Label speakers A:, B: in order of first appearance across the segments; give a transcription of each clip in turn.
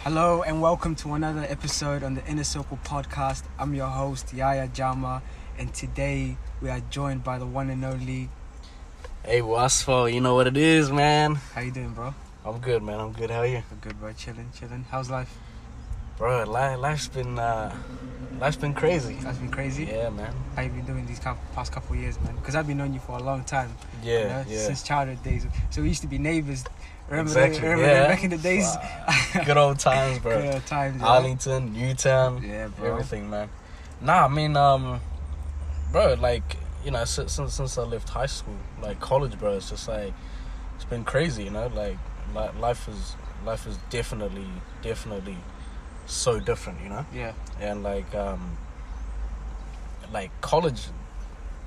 A: Hello and welcome to another episode on the Inner Circle podcast. I'm your host Yaya Jama, and today we are joined by the one and only.
B: Hey, Wasfo, you know what it is, man.
A: How you doing, bro?
B: I'm good, man. I'm good. How are you,
A: I'm good, bro. Chilling, chilling. How's life?
B: bro? Life, life's been, uh, life's been crazy.
A: That's been crazy.
B: Yeah, man.
A: How you been doing these cou- past couple of years, man? Because I've been knowing you for a long time. you
B: Yeah,
A: know,
B: yeah.
A: Since childhood days. So we used to be neighbors. Remember,
B: exactly.
A: the, remember
B: yeah.
A: back in the days?
B: Fuck. good old times, bro.
A: Good old times. you know?
B: Arlington, Newtown,
A: Yeah, bro.
B: everything, man. Nah, I mean, um, bro, like you know, since since, since I left high school, like college, bro, it's just like it's been crazy, you know. Like li- life is life is definitely definitely so different, you know.
A: Yeah.
B: and like um like college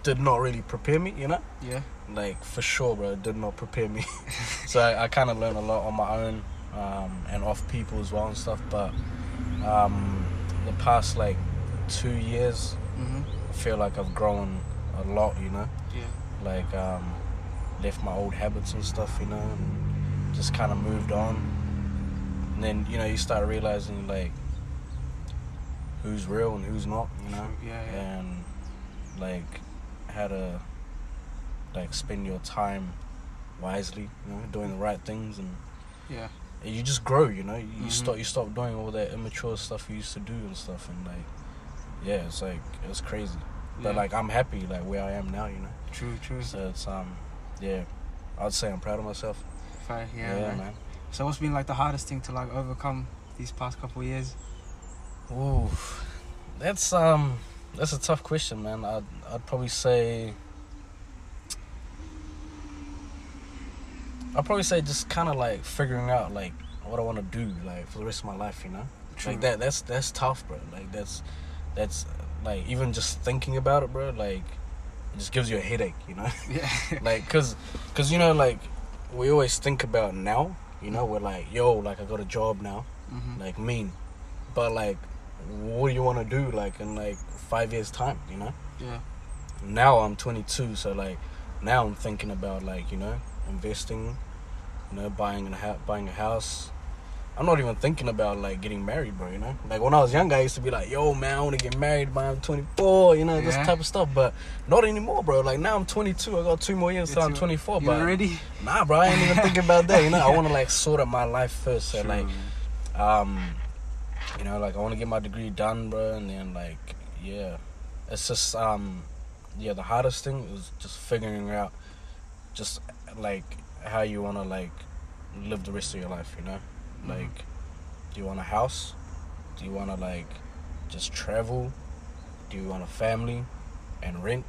B: did not really prepare me you know
A: Yeah.
B: like for sure bro it did not prepare me so i, I kind of learned a lot on my own um and off people as well and stuff but um the past like two years
A: Mhm.
B: i feel like i've grown a lot you know
A: Yeah.
B: like um left my old habits and stuff you know and just kind of moved on and then you know you start realizing like who's real and who's not you know
A: Yeah. Yeah.
B: and like how to like spend your time wisely, you know, doing the right things, and
A: Yeah.
B: and you just grow, you know. You
A: Mhm.
B: stop, you stop doing all that immature stuff you used to do and stuff, and like, yeah, it's like it's crazy, but
A: yeah.
B: like I'm happy like where I am now, you know.
A: True. True.
B: So it's um, yeah, I'd say I'm proud of myself.
A: Fair. Yeah. man.
B: man.
A: So what's been like the hardest thing to like overcome these past couple of years?
B: Ooh, that's um, that's a tough question, man. I'd I'd probably say, I'd probably say just kind of like figuring out like what I want to do like for the rest of my life, you know. Like that, that's that's tough, bro. Like that's that's uh, like even just thinking about it, bro. Like it just gives you a headache, you know.
A: Yeah.
B: like cause, cause you know like we always think about now, you know. We're like, yo, like I got a job now
A: hmm
B: like mean but like what do you want to do like in like five years time you know
A: Yeah.
B: now i'm 22 so like now i'm thinking about like you know investing you know buying a ha- buying a house i'm not even thinking about like getting married bro you know like when i was younger i used to be like yo man i want to get married by i'm 24 you know this
A: Yeah.
B: type of stuff but not anymore bro like now i'm 22 i got two more years till i'm 24
A: You
B: oh, but
A: already?
B: nah bro i ain't even thinking about that you know i want to like sort out my life first so like um you know like i want to get my degree done bro and then like yeah it's just um yeah the hardest thing is just figuring out just like how you want to like live the rest of your life you know
A: Mhm.
B: Mm-hmm. like do you want a house do you want to like just travel do you want a family and rent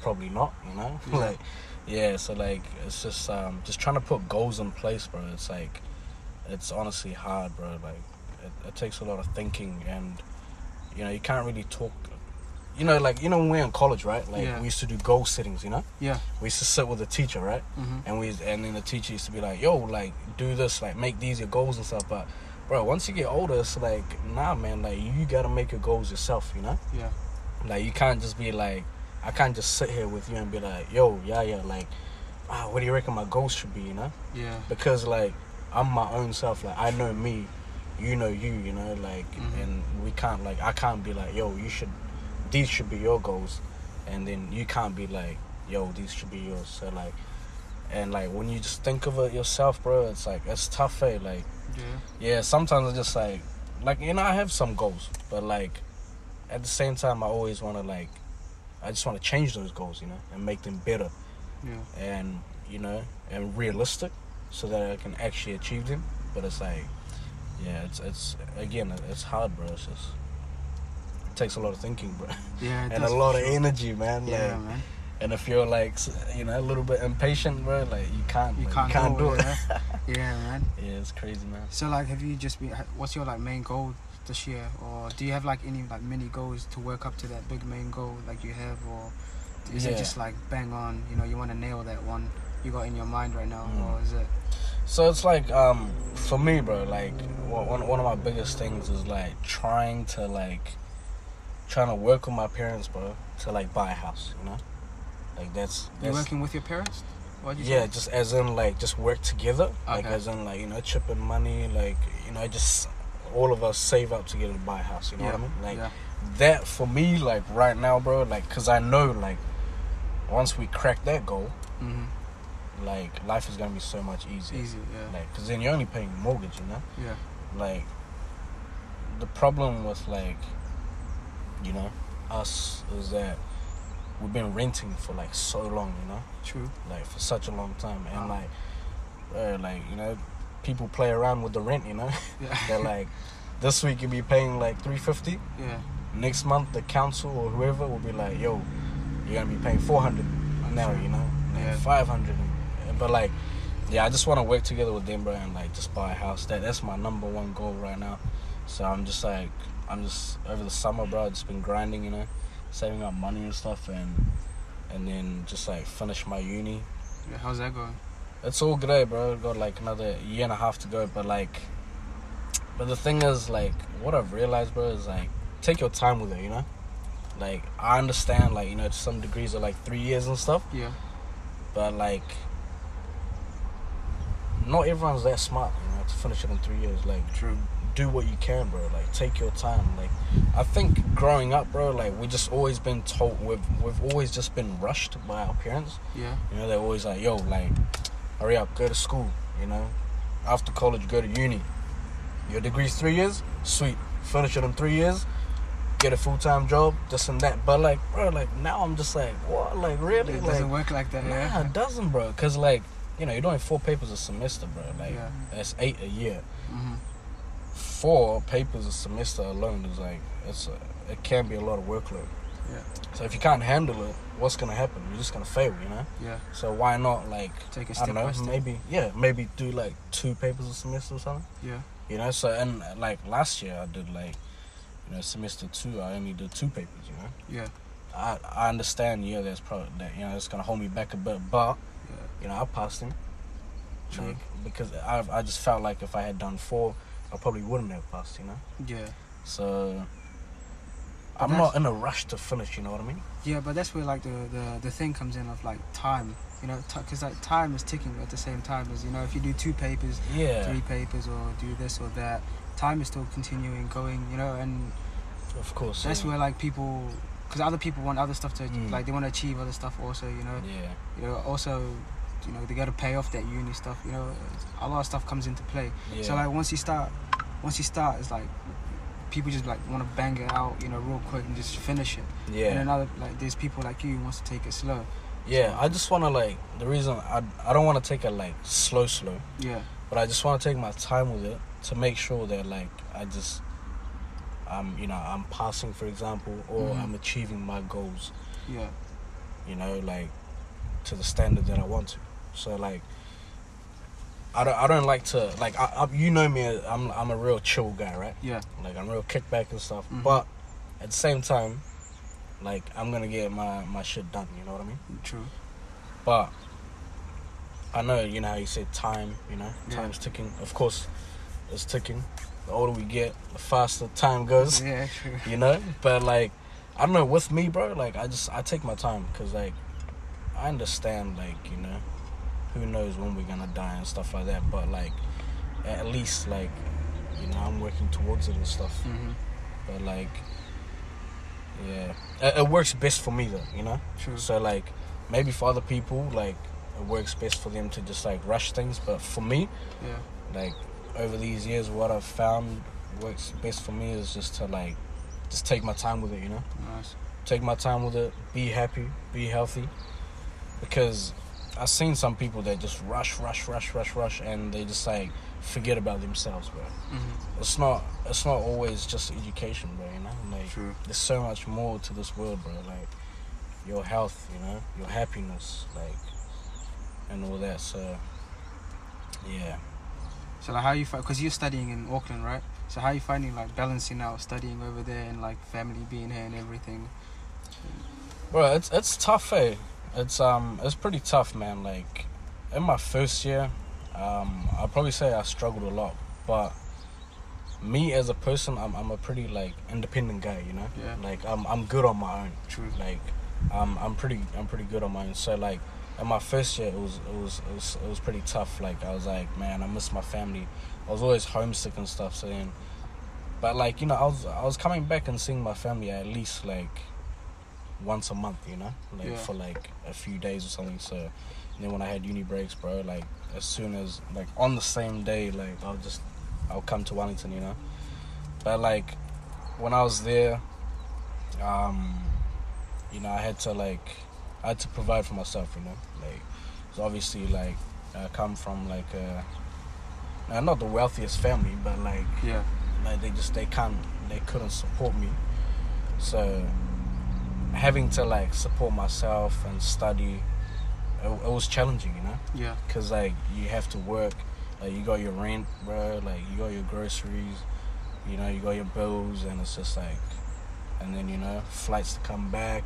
B: probably not you know
A: Yeah.
B: like yeah so like it's just um just trying to put goals in place bro it's like it's honestly hard bro like it, it takes a lot of thinking and you know you can't really talk you know like you know when we we're in college right like
A: Yeah.
B: we used to do goal settings you know
A: Yeah.
B: we used to sit with the teacher right
A: hmm
B: and we and then the teacher used to be like, "Yo, like do this, like make these your goals and stuff." But bro, once you get older, it's like, nah, man, like you gotta make your goals yourself. You know,
A: Yeah.
B: like you can't just be like, I can't just sit here with you and be like, "Yo, yeah, yeah," like, ah, what do you reckon my goals should be? You know,
A: Yeah.
B: because like I'm my own self. Like I know me, you know you. You know, like,
A: Mhm.
B: and we can't like I can't be like, "Yo, you should, these should be your goals," and then you can't be like, "Yo, these should be yours." So like. And like when you just think of it yourself, bro, it's like it's tough, eh? Like
A: Yeah.
B: yeah, sometimes I just like like you know I have some goals, but like at the same time I always want to like I just want to change those goals, you know, and make them better
A: Yeah.
B: and you know and realistic so that I can actually achieve them. But it's like yeah, it's it's again it's hard, bro. It's just it takes a lot of thinking, bro,
A: Yeah. it
B: and a
A: does,
B: lot
A: for
B: of
A: sure.
B: energy, man. Like,
A: Yeah, man.
B: and if you're like s- you know a little bit impatient, bro, like you can't
A: You
B: like,
A: can't,
B: you can't do it.
A: Yeah. yeah, man.
B: Yeah, it's crazy, man.
A: So like, have you just been? What's your like main goal this year, or do you have like any like mini goals to work up to that big main goal like you have, or is it
B: Yeah.
A: just like bang on? You know, you want to nail that one you got in your mind right now,
B: Mm.
A: or is it?
B: So it's like um, for me, bro. Like one one one of my biggest things is like trying to like trying to work with my parents, bro, to like buy a house. You know, like that's
A: You're
B: that's
A: working with your parents? What'd you
B: yeah,
A: say?
B: just as in like just work together, like
A: Okay.
B: as in like you know chipping money, like you know just all of us save up together to buy a house. You know
A: yeah.
B: what I mean? Like
A: yeah.
B: that for me, like right now, bro. Like, cause I know, like, once we crack that goal,
A: hmm
B: like life is gonna be so much easier.
A: Easy. Yeah.
B: Like, cause then you're only paying mortgage, you know.
A: Yeah.
B: Like, the problem with like, you know, us is that we've been renting for like so long, you know,
A: True.
B: like for such a long time, and
A: Wow.
B: like, bro, like you know, people play around with the rent, you know.
A: Yeah.
B: They're like, this week you'll be paying like three fifty.
A: yeah.
B: Next month the council or whoever will be like, yo, you're gonna be paying four hundred now, you know,
A: Yeah.
B: five hundred. But like, yeah, I just want to work together with them, bro, and like just buy a house. That that's my number one goal right now. So I'm just like, I'm just over the summer, bro. I've just been grinding, you know, saving up money and stuff, and and then just like finish my uni.
A: Yeah, How's that going?
B: It's all good, bro. Got like another year and a half to go, but like, but the thing is, like, what I've realized, bro, is like, take your time with it, you know. Like, I understand, like, you know, to some degrees are like three years and stuff,
A: Yeah.
B: but like, not everyone's that smart, you know, to finish it in three years. Like,
A: True.
B: do what you can, bro. Like, take your time. Like, I think growing up, bro, like, we just always been told we've we've always just been rushed by our parents.
A: Yeah.
B: You know, they're always like, yo, like, hurry up, go to school, you know? After college, go to uni. Your degree's three years, sweet. Finish it in three years, get a full time job, this and that. But, like, bro, like, now I'm just like, what? Like, really?
A: It
B: like,
A: doesn't work like that.
B: nah,
A: Yeah.
B: it doesn't, bro. Because, like, you know, you're doing four papers a semester, bro. Like,
A: Yeah.
B: that's eight a year.
A: hmm
B: Four papers a semester alone is like, it's a, it can be a lot of workload.
A: Yeah.
B: So if you can't handle it, what's gonna happen? You're just gonna fail, you know.
A: Yeah.
B: So why not like
A: Take it
B: I
A: step
B: don't know,
A: by step.
B: maybe yeah, maybe do like two papers a semester or something.
A: Yeah.
B: You know, so and uh, like last year I did like you know semester two I only did two papers. You know,
A: Yeah.
B: I I understand yeah that's probably that you know it's gonna hold me back a bit, but
A: Yeah.
B: you know I passed them.
A: True.
B: Like, because I I just felt like if I had done four, I probably wouldn't have passed. You know,
A: Yeah.
B: so.
A: But
B: I'm
A: that's-
B: not in a rush to finish, you know what I mean?
A: Yeah, but that's where like the, the, the thing comes in of like time, you know, because like time is ticking at the same time as you know if you do two papers,
B: Yeah.
A: three papers, or do this or that, time is still continuing going, you know, and
B: Of course.
A: that's
B: yeah.
A: where like people, because other people want other stuff to
B: Mm.
A: like they want to achieve other stuff also, you know,
B: Yeah.
A: you know also, you know they got to pay off that uni stuff, you know, a lot of stuff comes into play.
B: Yeah.
A: So like once you start, once you start, it's like people just like want to bang it out, you know, real quick and just finish it.
B: yeah.
A: And another like there's people like you who wants to take it slow.
B: Yeah, I just want to like the reason I I don't want to take it like slow slow,
A: Yeah,
B: but I just want to take my time with it to make sure that like I just I'm you know I'm passing for example or
A: Mhm.
B: I'm achieving my goals
A: yeah,
B: you know like to the standard that I want to. So like I don't I don't like to like I, I you know me I'm I'm a real chill guy right
A: yeah,
B: like I'm real kickback and stuff
A: Mhm.
B: but at the same time like I'm gonna get my my shit done you know what I mean.
A: true.
B: But I know, you know how you said time, you know,
A: Yeah.
B: time's ticking. Of course, it's ticking. The older we get, the faster time goes,
A: Yeah, true.
B: you know? But like, I don't know, with me, bro, like, I just, I take my time because, like, I understand, like, you know, who knows when we're gonna die and stuff like that. But, like, at least, like, you know, I'm working towards it and stuff.
A: hmm
B: But, like, yeah, it, it works best for me, though, you know?
A: True.
B: So like maybe for other people like it works best for them to just like rush things, but for me
A: Yeah,
B: like over these years what I've found works best for me is just to like just take my time with it, you know?
A: nice.
B: Take my time with it, be happy, be healthy because I've seen some people that just rush, rush, rush, rush, rush and they just like forget about themselves, bro.
A: hmm
B: It's not it's not always just education, bro, you know? Like
A: True.
B: there's so much more to this world, bro. Like your health, you know, your happiness, like, and all that. So, yeah,
A: So like, how you find? Because you're studying in Auckland, right? So how you finding like balancing out studying over there and like family being here and everything?
B: bro, it's it's tough, eh? It's um, it's pretty tough, man. Like, in my first year, um, I'll probably say I struggled a lot, but me as a person, I'm I'm a pretty like independent guy, you know.
A: Yeah.
B: Like, I'm I'm good on my own.
A: True.
B: Like, um, I'm pretty I'm pretty good on my own. So like. In my first year, it was, it was it was it was pretty tough. Like I was like, man, I miss my family. I was always homesick and stuff. So then, But like you know, I was I was coming back and seeing my family at least like once a month, you know, like
A: Yeah.
B: for like a few days or something. So and then when I had uni breaks, bro, like as soon as like on the same day, like I'll just I'll come to Wellington, you know. But like when I was there, um, you know, I had to like I had to provide for myself, you know, like so obviously like I come from like a uh, not the wealthiest family, but like
A: Yeah.
B: like they just they can't they couldn't support me so having to like support myself and study it, it was challenging you know
A: Yeah.
B: because like you have to work like you got your rent bro like you got your groceries you know you got your bills and it's just like and then you know flights to come back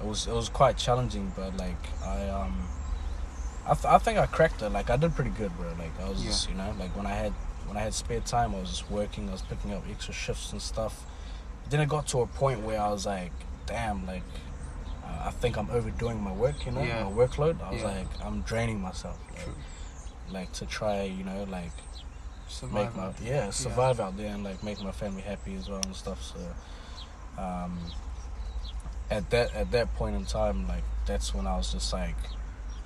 B: it was it was quite challenging but like i um i, th- I think i cracked it like i did pretty good bro like i was
A: Yeah.
B: just you know like when i had when i had spare time i was just working i was picking up extra shifts and stuff then it got to a point where i was like damn like I- I think I'm overdoing my work, you know,
A: Yeah.
B: my workload. I was
A: Yeah.
B: like, I'm draining myself, like,
A: True.
B: like to try, you know, like
A: Survival.
B: make my yeah survive out there and like make my family happy as well and stuff. So, um, at that at that point in time, like that's when I was just like,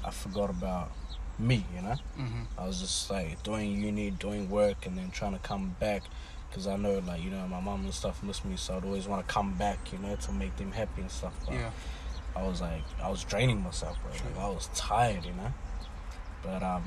B: I forgot about me, you know.
A: Mhm.
B: I was just like doing uni, doing work, and then trying to come back because I know like you know my mom and stuff miss me, so I'd always want to come back, you know, to make them happy and stuff. But
A: Yeah.
B: I was like, I was draining myself, bro. Like, I was tired, you know. But um,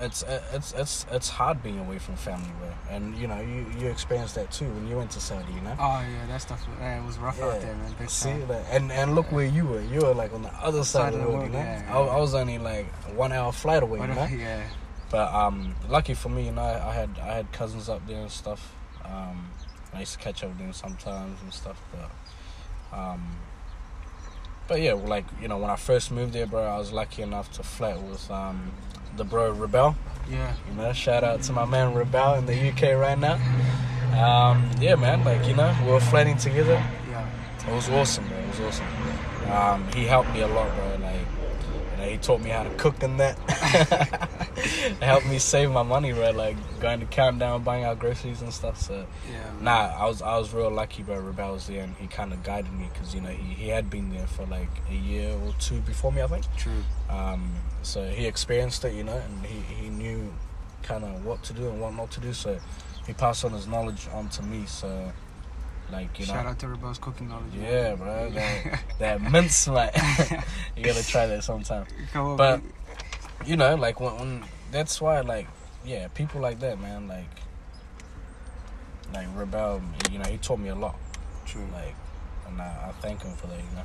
B: it's it's it's it's hard being away from family, bro. And you know, you you experienced that too when you went to Saudi, you know.
A: Oh yeah, that stuff. eh, it was rough out
B: Yeah.
A: there, man. Big
B: See,
A: time.
B: like, and and look where you were. You were like on the other side, of the world, you know.
A: yeah,
B: I,
A: yeah.
B: I was only like one hour flight away,
A: What
B: you
A: if-
B: know.
A: uh, yeah.
B: But um, lucky for me, you know, I had I had cousins up there and stuff. Um, I used to catch up with them sometimes and stuff. But um, but yeah, like you know, when I first moved there, bro, I was lucky enough to flat with um, the bro Rebel.
A: Yeah.
B: You know, shout out to my man Rebel in the UK right now. Um, yeah, man, like you know, we were flatting together.
A: Yeah.
B: It was awesome, bro. It was awesome. Um, he helped me a lot, bro. Like, you know, he taught me how to cook and that. helped me save my money, bro. Like going to countdown, buying our groceries and stuff. So,
A: Yeah. man.
B: nah, I was I was real lucky, bro. Rebel was there and he kind of guided me because you know he, he had been there for like a year or two before me, I think.
A: True.
B: Um, so he experienced it, you know, and he, he knew kind of what to do and what not to do. So he passed on his knowledge on to me. So, like you know,
A: Shout out to Rebel's cooking knowledge. man.
B: yeah, bro. That, that mince, mate. you gotta try that sometime.
A: Come on.
B: But
A: man.
B: you know, like when, when that's why, like, yeah, people like that, man. Like, like Rebel, you know, he taught me a lot.
A: True.
B: Like, and I, I thank him for that. You know.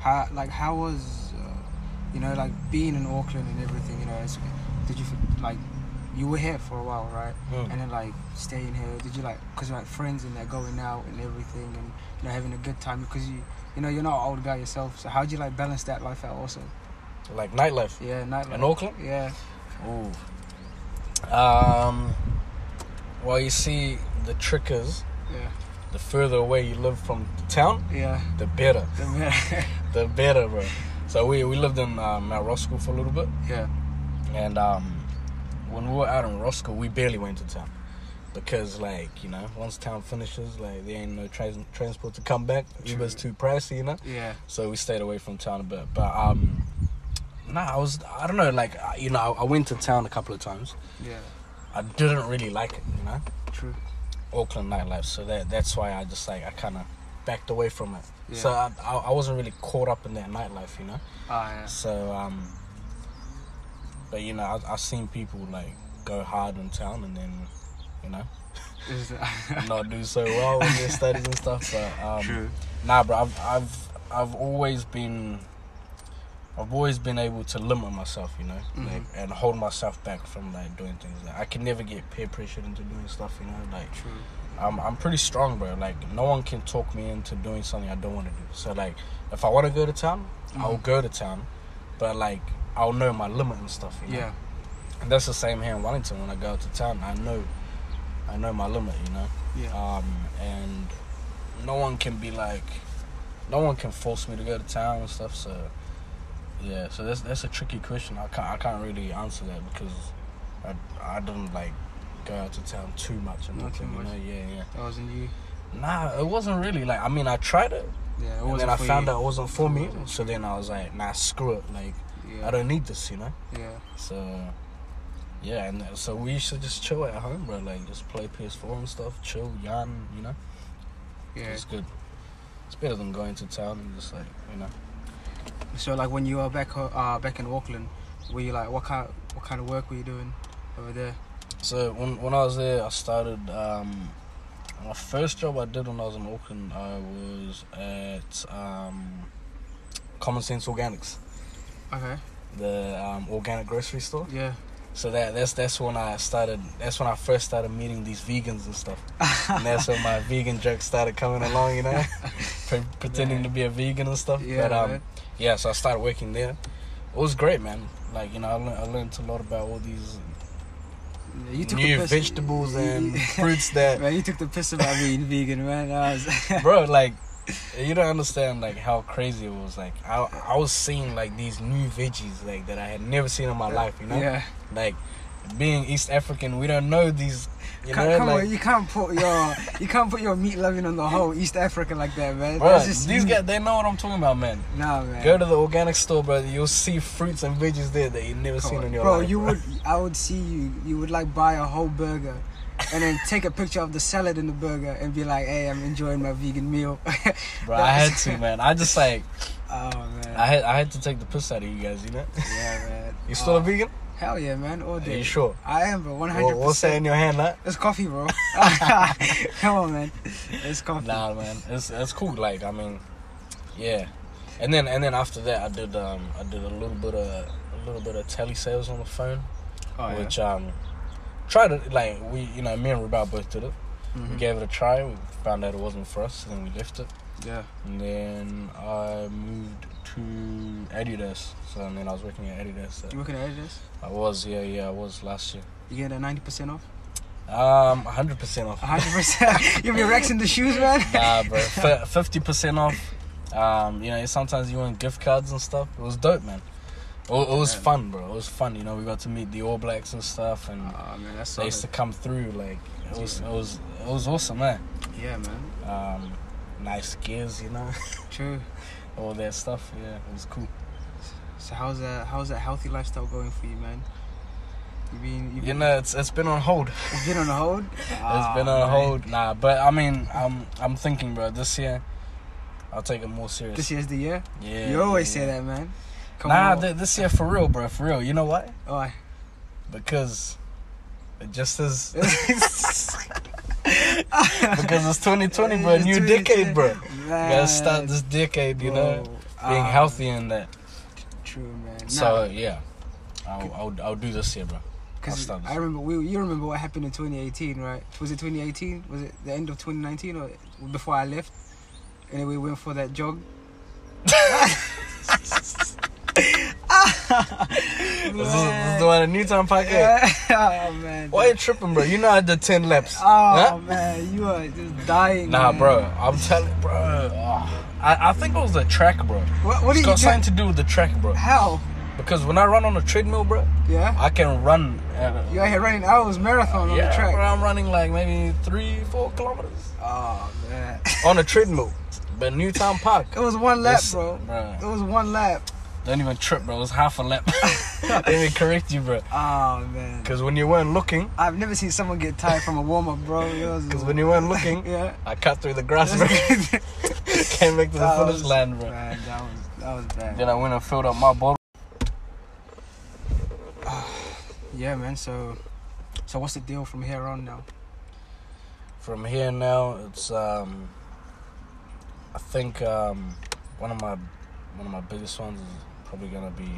A: how like how was uh, you know like being in Auckland and everything you know it's, did you f- like you were here for a while right
B: Mm.
A: and then like staying here did you like because like friends and they're going out and everything and you know having a good time because you you know you're not an old guy yourself so how do you like balance that life out also
B: Like nightlife
A: Hmm. yeah nightlife
B: in Auckland.
A: yeah
B: Ooh. Um. Well, you see, the trick is
A: yeah
B: the further away you live from the town,
A: yeah
B: the better.
A: yeah
B: The better, bro. So we we lived in uh, Mount Roscoe for a little bit.
A: yeah
B: And um, when we were out in Roscoe, we barely went to town because, like, you know, once town finishes, like, there ain't no trans- transport to come back. Uber's too pricey, you know.
A: yeah
B: So we stayed away from town a bit. But um, nah, I was, I don't know, like, I- you know, I, I went to town a couple of times.
A: yeah
B: I didn't really like it, you know,
A: true
B: Auckland nightlife. So that that's why I just like I kind of backed away from it.
A: Yeah.
B: So I, I I wasn't really caught up in that nightlife, you know.
A: ah yeah
B: So, um, but you know, I've, I've seen people like go hard in town and then, you know,
A: Is that-
B: not do so well with their studies and stuff. But um,
A: true
B: nah, bro, I've I've I've always been, I've always been able to limit myself, you know,
A: Mm-hmm.
B: like and hold myself back from like doing things. Like I can never get peer pressured into doing stuff, you know. Like
A: true
B: I'm I'm pretty strong, bro. Like no one can talk me into doing something I don't want to do. So like, if I want to go to town, I'll go to town, but like I'll know my limit and stuff. You know?
A: Mm, yeah
B: And that's the same here in Wellington. When I go out to town, I know, I know my limit. You know.
A: yeah
B: Um, and no one can be like, no one can force me to go to town and stuff. So yeah, so that's that's a tricky question. I can't I can't really answer that because I I didn't like go out to town too much. And
A: Not too
B: nothing, you
A: much.
B: know? Yeah, yeah.
A: That wasn't you.
B: Nah, it wasn't really like. I mean, I tried it,
A: Yeah, it
B: and
A: wasn't
B: then I
A: for
B: found
A: you.
B: out it wasn't for me.
A: wasn't.
B: So then I was like, nah, screw it. Like,
A: Yeah,
B: I don't need this, you know.
A: yeah,
B: So, yeah, and uh, so we used to just chill at home, bro. Like, just play PS4 and stuff, chill, yarn, you know.
A: yeah.
B: It's good. It's better than going to town and just like, you know.
A: So like when you were back ho- uh, back in Auckland, were you like what kind what kind of work were you doing over there?
B: So when when I was there, I started. Um, my first job I did when I was in Auckland, I was at um, Common Sense Organics,
A: Okay.
B: the um, organic grocery store.
A: Yeah.
B: So that that's that's when I started. That's when I first started meeting these vegans and stuff. and that's when my vegan jokes started coming along, you know, Pre- pretending
A: Yeah.
B: to be a vegan and stuff.
A: Yeah.
B: but um,
A: man.
B: yeah, so I started working there. It was great, man. Like you know, I, learn I learned a lot about all these
A: Yeah, you took the
B: um, new
A: piss-
B: vegetables and fruits that,
A: man, you took the piss about being vegan, man. I was,
B: bro. Like you don't understand like how crazy it was. Like I I was seeing like these new veggies like that I had never seen in my life. You know,
A: yeah.
B: like being East African, we don't know these. You
A: Come-
B: know,
A: come
B: like,
A: on, you can't put your you can't put your meat loving on the whole East Africa like that, man.
B: Bro,
A: That's just
B: these
A: you.
B: guys, they know what I'm talking about, man.
A: Nah, man.
B: Go to the organic store, bro. You'll see fruits and veggies there that you've never
A: Come
B: seen
A: on.
B: in your
A: bro,
B: life.
A: you would I would see you. You would like buy a whole burger, and then take a picture of the salad in the burger and be like, "Hey, I'm enjoying my vegan meal."
B: Bro, I had to, man. I just like
A: oh man.
B: I had I had to take the piss out of you guys, you know.
A: yeah, man.
B: Ah, You still
A: Oh,
B: a vegan?
A: Hell yeah, man. All
B: Are
A: day.
B: you sure?
A: I am, bro. One
B: What,
A: hundred
B: what's that in
A: percent.
B: your hand, like?
A: It's coffee, bro. Come on, man. It's coffee.
B: Nah, man. It's it's cool. Like I mean, yeah. And then and then after that, I did um I did a little bit of a little bit of telesales on the phone,
A: Oh, yeah.
B: which um tried to like we you know me and Rebel both did it. We
A: Mhm.
B: gave it a try. We found out it wasn't for us, and then we left it.
A: Yeah.
B: And then I moved to Adidas. So and then I was working at Adidas. So
A: You working at Adidas?
B: I was, yeah, yeah, I was last year.
A: You get a ninety percent off.
B: Um, hundred percent off.
A: hundred percent. You be rexing the shoes, man.
B: nah, bro, fifty percent off. Um, you know, sometimes you want gift cards and stuff. It was dope, man. It, wa- it was
A: Man.
B: fun, bro. It was fun. You know, we got to meet the All Blacks and stuff, and
A: Oh man, that's
B: they used to
A: solid.
B: come through. Like it was, it
A: Yeah.
B: was, it was awesome, man.
A: Yeah, man.
B: Um, nice gears, you know,
A: True.
B: all that stuff. Yeah, it was cool.
A: So how's that? How's that healthy lifestyle going for you, man? You been you
B: You
A: been,
B: know, it's it's been on hold.
A: you been on hold?
B: It's been
A: Ah,
B: a
A: man.
B: hold, nah. But I mean, I'm I'm thinking, bro. This year, I'll take it more serious.
A: This year's the year.
B: yeah,
A: you always
B: yeah,
A: say
B: yeah.
A: that, man. Come
B: Nah,
A: on.
B: th- this year for real, bro. For real. You know why?
A: Why?
B: Because it just is. because it's 2020, bro.
A: It's
B: New
A: 2020.
B: decade, bro. You
A: Man,
B: gotta start this decade, you know,
A: bro.
B: being
A: Ah,
B: healthy and that.
A: True, man. Nah,
B: So yeah, I'll, I'll I'll do this year, bro. I'll
A: Because
B: start this.
A: I remember, we, you remember what happened in 2018, right? Was it 2018? Was it the end of 2019 or before I left? And then we went for that jog.
B: This is, this is the one at Newtown Park. Yeah.
A: oh man.
B: Why you tripping, bro? You know I did 10 laps.
A: Oh
B: Huh?
A: man, you are just dying.
B: Nah,
A: man.
B: bro. I'm telling, bro. ah. I, I think it was the track, bro.
A: What, what are
B: it's
A: you
B: got
A: doing?
B: something to do with the track, bro.
A: How?
B: Because when I run on a treadmill, bro,
A: Yeah.
B: I can run. At,
A: You out here running hours marathon on
B: yeah,
A: the track.
B: bro. I'm running like maybe three, four kilometers
A: Oh man.
B: on a treadmill. But Newtown Park.
A: It was one lap,
B: It's-
A: bro. It
B: bro.
A: was one lap.
B: Don't even trip, bro. It was half a lap. Let me correct you, bro.
A: Oh man.
B: Because when you weren't looking,
A: I've never seen someone get tired from a warm up, bro. It was- uh,
B: because when you weren't looking,
A: yeah.
B: I cut through the grass, bro. Came back to the
A: That
B: finish
A: was-
B: line, bro.
A: Man, that was that was bad.
B: Then I went and filled up my bottle.
A: Yeah, man. So, so what's the deal from here on now?
B: from here now it's um i think um one of my one of my biggest ones is probably gonna be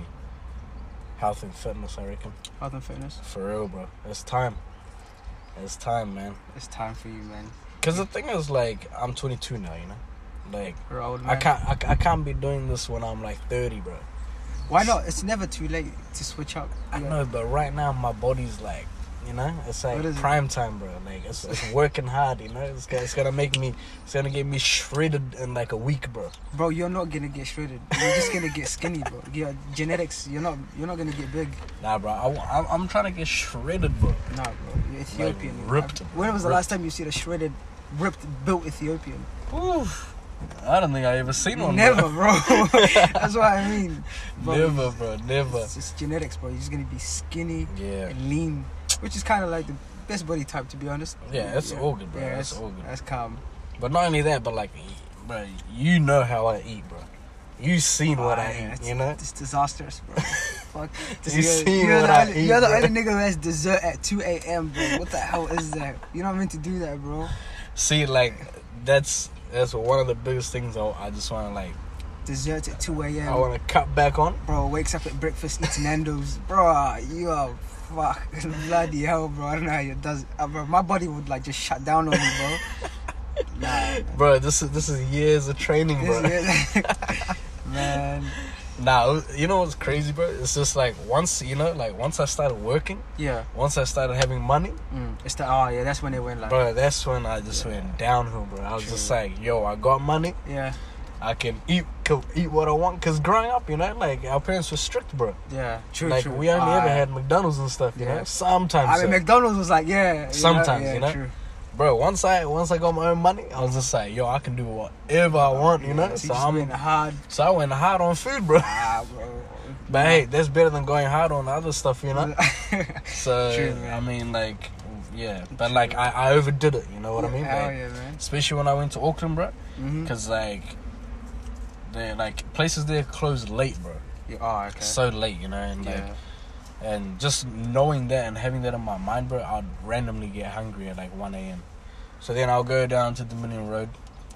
B: health and fitness i reckon
A: Health and fitness.
B: for real bro it's time it's time man
A: It's time for you, man.
B: because the thing is like i'm 22 now you know like
A: We're old, man.
B: I can't, I, I can't be doing this when I'm like 30, bro.
A: Why not? It's never too late to switch up.
B: I
A: Yeah.
B: know, but right now my body's like, You know, it's like
A: What is it?
B: prime time, bro. Like it's, it's working hard. You know, it's, gonna- it's gonna make me. It's gonna get me shredded in like a week, bro.
A: Bro, you're not gonna get shredded. You're just gonna get skinny, bro. Your genetics, you're not you're not gonna get big.
B: Nah, bro. I, am I'm trying to get shredded, bro.
A: Nah, bro. You're Ethiopian.
B: ripped,
A: When was the
B: ripped.
A: last time you see a shredded, ripped, built Ethiopian?
B: Oof. I don't think I ever seen one.
A: Never,
B: Bro.
A: bro. That's what I mean. Bro,
B: Never, bro. Never.
A: It's, it's genetics, bro. You're just gonna be skinny
B: Yeah.
A: and lean, which is kind of like the best body type, to be honest.
B: Yeah, it's all good, bro. That's
A: that's-
B: all good.
A: That's calm.
B: But not only that, but like, bro, you know how I eat, bro. You seen what
A: Ah, yeah,
B: I eat,
A: it's-
B: you know?
A: It's disastrous, bro. Fuck.
B: You
A: You're-
B: seen
A: you're
B: what
A: the
B: I
A: only,
B: eat,
A: You're the
B: bro.
A: only nigga that's dessert at 2 a.m., bro. What the hell is that? You're not meant to do that, bro.
B: See, like, that's that's one of the biggest things. I, I just want to like,
A: Dessert at 2
B: I
A: a.m.
B: want to cut back on.
A: Bro wakes up at breakfast, eats Nando's. Bro, you are fuck. Bloody hell, bro. I don't know how you does it. Uh, bro, my body would like just shut down on me, bro. nah.
B: bro. This is this is years of training, bro.
A: This is- Man.
B: Nah, uh, you know what's crazy, bro? It's just like once you know, like once I started working,
A: Yeah.
B: once I started having money,
A: Mm. It's the, oh, yeah, that's when it went like.
B: bro. That's when I just went downhill, bro. I was just
A: True.
B: like, yo, I got money.
A: Yeah,
B: I can eat can eat what I want. Cause growing up, you know, like our parents were strict, bro.
A: yeah. True,
B: like
A: true.
B: we only
A: Ah,
B: ever had McDonald's and stuff. You
A: Yeah.
B: know, sometimes,
A: I mean,
B: so-
A: McDonald's was like, yeah. you
B: Sometimes,
A: yeah,
B: you know?
A: True.
B: bro. Once I once I got my own money, I was just like, yo, I can do whatever I want. You know,
A: so
B: so
A: just
B: I'm
A: went hard.
B: so I went hard on food, bro.
A: Ah, bro.
B: But hey, that's better than going hard on other stuff, you know. So
A: True, man.
B: I mean, like, yeah, but like I, I overdid it. You know what I mean?
A: Hell
B: Like,
A: yeah, man.
B: Especially when I went to Auckland, bro,
A: Mm-hmm.
B: because like, they like places there close late, bro.
A: Yeah, oh, okay.
B: So late, you know, and like,
A: yeah.
B: and just knowing that and having that in my mind, bro, I'd randomly get hungry at like one a.m. So then I'll go down to Dominion Road,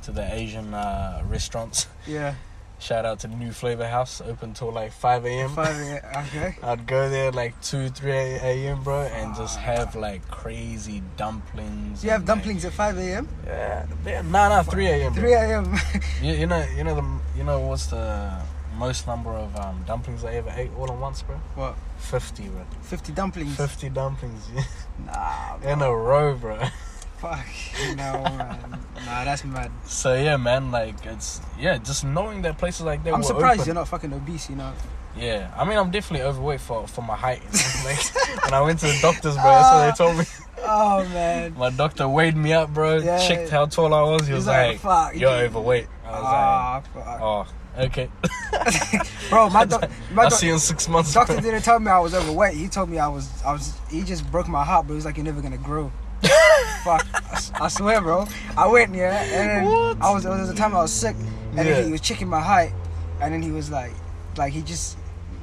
B: to the Asian uh, restaurants.
A: Yeah.
B: Shout out to New Flavor House, open till like five a.m.
A: Five. Yeah. Okay.
B: I'd go there like 2, 3 a.m., bro, and just
A: Ah.
B: have like crazy dumplings.
A: You have
B: and, like-
A: dumplings at 5 a.m.
B: Yeah, yeah, nah, nah, 3 a.m.
A: 3
B: bro.
A: a.m.
B: You, you know, you know the, you know what's the most number of um, dumplings I ever ate all at once, bro?
A: What?
B: 50, bro.
A: 50 dumplings.
B: 50 dumplings yeah.
A: Nah, bro.
B: in a row, bro.
A: Fuck. No, man. Nah, that's mad.
B: So yeah, man, like it's yeah, just knowing that places like that.
A: I'm
B: were
A: surprised
B: open.
A: you're not fucking obese, you know.
B: Yeah, I mean, I'm definitely overweight for for my height. you know, like when I went to the doctors, bro, that's
A: Ah.
B: what they told me.
A: Oh, man.
B: My doctor weighed me up, bro.
A: Yeah.
B: Checked how tall I was. He
A: He's
B: was
A: like,
B: like,
A: "Fuck,
B: "You're
A: dude."
B: overweight." I was
A: Ah,
B: like,
A: fuck.
B: "Oh, okay."
A: Bro, my, doc- my
B: I'll
A: doc-
B: see you in six months.
A: doctor
B: bro.
A: didn't tell me I was overweight. He told me I was, I was. He just broke my heart, but he's like, "You're never gonna grow." Fuck, I, s- I swear, bro. I went, yeah, and then
B: What?
A: I was. There was a time I was sick, and
B: Yeah.
A: then he was checking my height, and then he was like, like he just,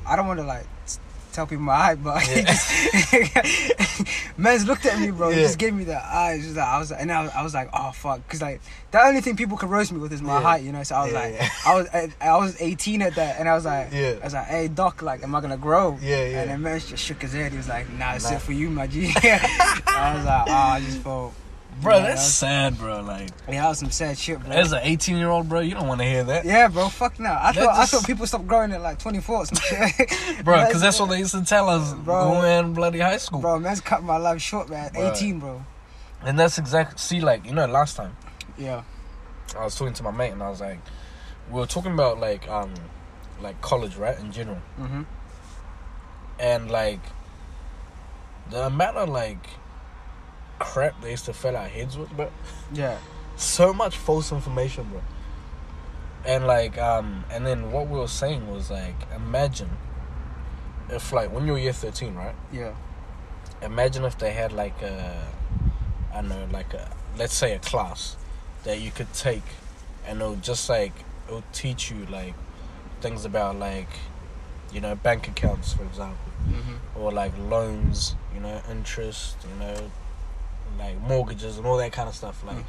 A: I don't want to like s- tell people my height, but he just, man's looked at me, bro. He
B: Yeah.
A: just gave me the eyes. Just like, I was, and I was, I was like, oh fuck, because like the only thing people could roast me with is my
B: Yeah.
A: height, you know. So I was
B: Yeah,
A: like,
B: yeah.
A: I was, I, I was 18 at that, and I was like,
B: Yeah.
A: I was like, hey doc, like, am I gonna grow?
B: Yeah, yeah.
A: And then man just shook his head. He was like, nah, it's
B: Nah.
A: it for you, my G. I was like, oh, I just felt.
B: bro,
A: Yeah,
B: that's,
A: that's-
B: sad, bro. Like,
A: Yeah, that was some sad shit, bro.
B: as an 18 year old, bro, you don't want to hear that,
A: yeah, bro, fuck no. I
B: That
A: thought
B: just-
A: I thought people stopped growing at like 24 or some shit.
B: bro,
A: Man's-
B: because that's what they used to tell us
A: Bro.
B: going in bloody high school.
A: Bro, man's cut my life short, man.
B: Bro.
A: 18, bro.
B: And that's exactly see, like you know, last time
A: Yeah.
B: I was talking to my mate and I was like, we were talking about like um, like college, right, in general.
A: Mm-hmm.
B: and like the amount of like crap they used to fill our heads with, bro.
A: Yeah.
B: So much false information, bro. And like, um, and then what we were saying was like, imagine if like when you were year thirteen, right?
A: Yeah.
B: Imagine if they had like a, I don't know, like a let's say a class that you could take, and it'll just like it'll teach you like things about like, you know, bank accounts, for example
A: Mm-hmm.
B: or like loans, you know, interest, you know, like mortgages and all that kind of stuff. Like,
A: Mm.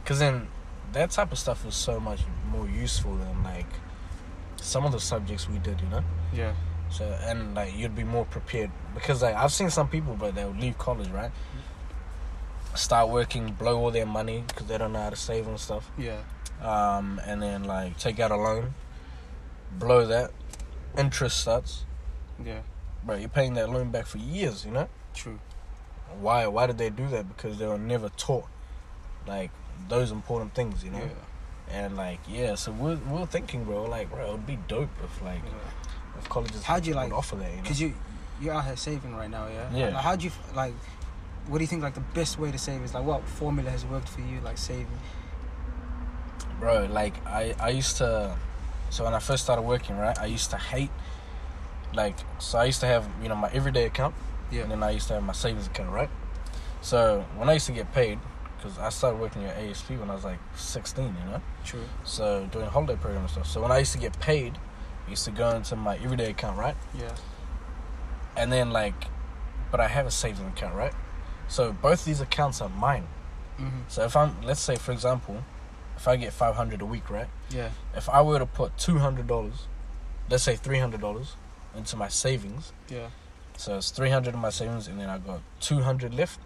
B: because then that type of stuff is so much more useful than like some of the subjects we did, you know.
A: Yeah.
B: So and like you'd be more prepared because like I've seen some people, but they'll leave college right, start working, blow all their money because they don't know how to save and stuff,
A: Yeah.
B: um, and then like take out a loan, blow that, interest starts,
A: Yeah.
B: bro. You're paying that loan back for years, you know.
A: True.
B: Why? Why did they do that? Because they were never taught, like those important things, you know. And like, yeah. So we're we're thinking, bro. Like, bro, it'd be dope if like if colleges
A: How do you,
B: would
A: like-
B: offer that? You know?
A: Because you you're out here saving right now, yeah.
B: Yeah.
A: Like, how do you f- like? What do you think like the best way to save is like what formula has worked for you like saving?
B: bro like i i used to so when i first started working right i used to hate like so i used to have you know my everyday account
A: Yeah.
B: and then i used to have my savings account right so when i used to get paid because i started working at asp when i was like 16 you know
A: True.
B: so doing holiday program and stuff so when i used to get paid i used to go into my everyday account right
A: Yeah.
B: and then like but i have a savings account right so both these accounts are mine
A: Mm-hmm.
B: so if i'm let's say for example if i get 500 a week right
A: Yeah.
B: if I were to put two hundred dollars, let's say three hundred dollars into my savings,
A: Yeah.
B: so it's three hundred in my savings, and then I got two hundred left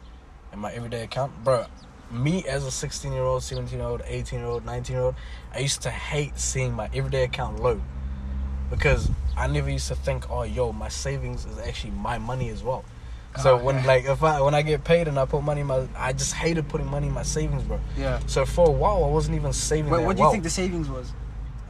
B: in my everyday account, bro. Me as a sixteen year old, seventeen year old, eighteen year old, nineteen year old, I used to hate seeing my everyday account low because I never used to think, oh, yo, my savings is actually my money as well. So
A: Oh,
B: when
A: yeah.
B: like if I when I get paid and I put money in my I just hated putting money in my savings, bro.
A: Yeah.
B: So for a while I wasn't even saving.
A: Wait,
B: that
A: what do you
B: well.
A: think the savings was?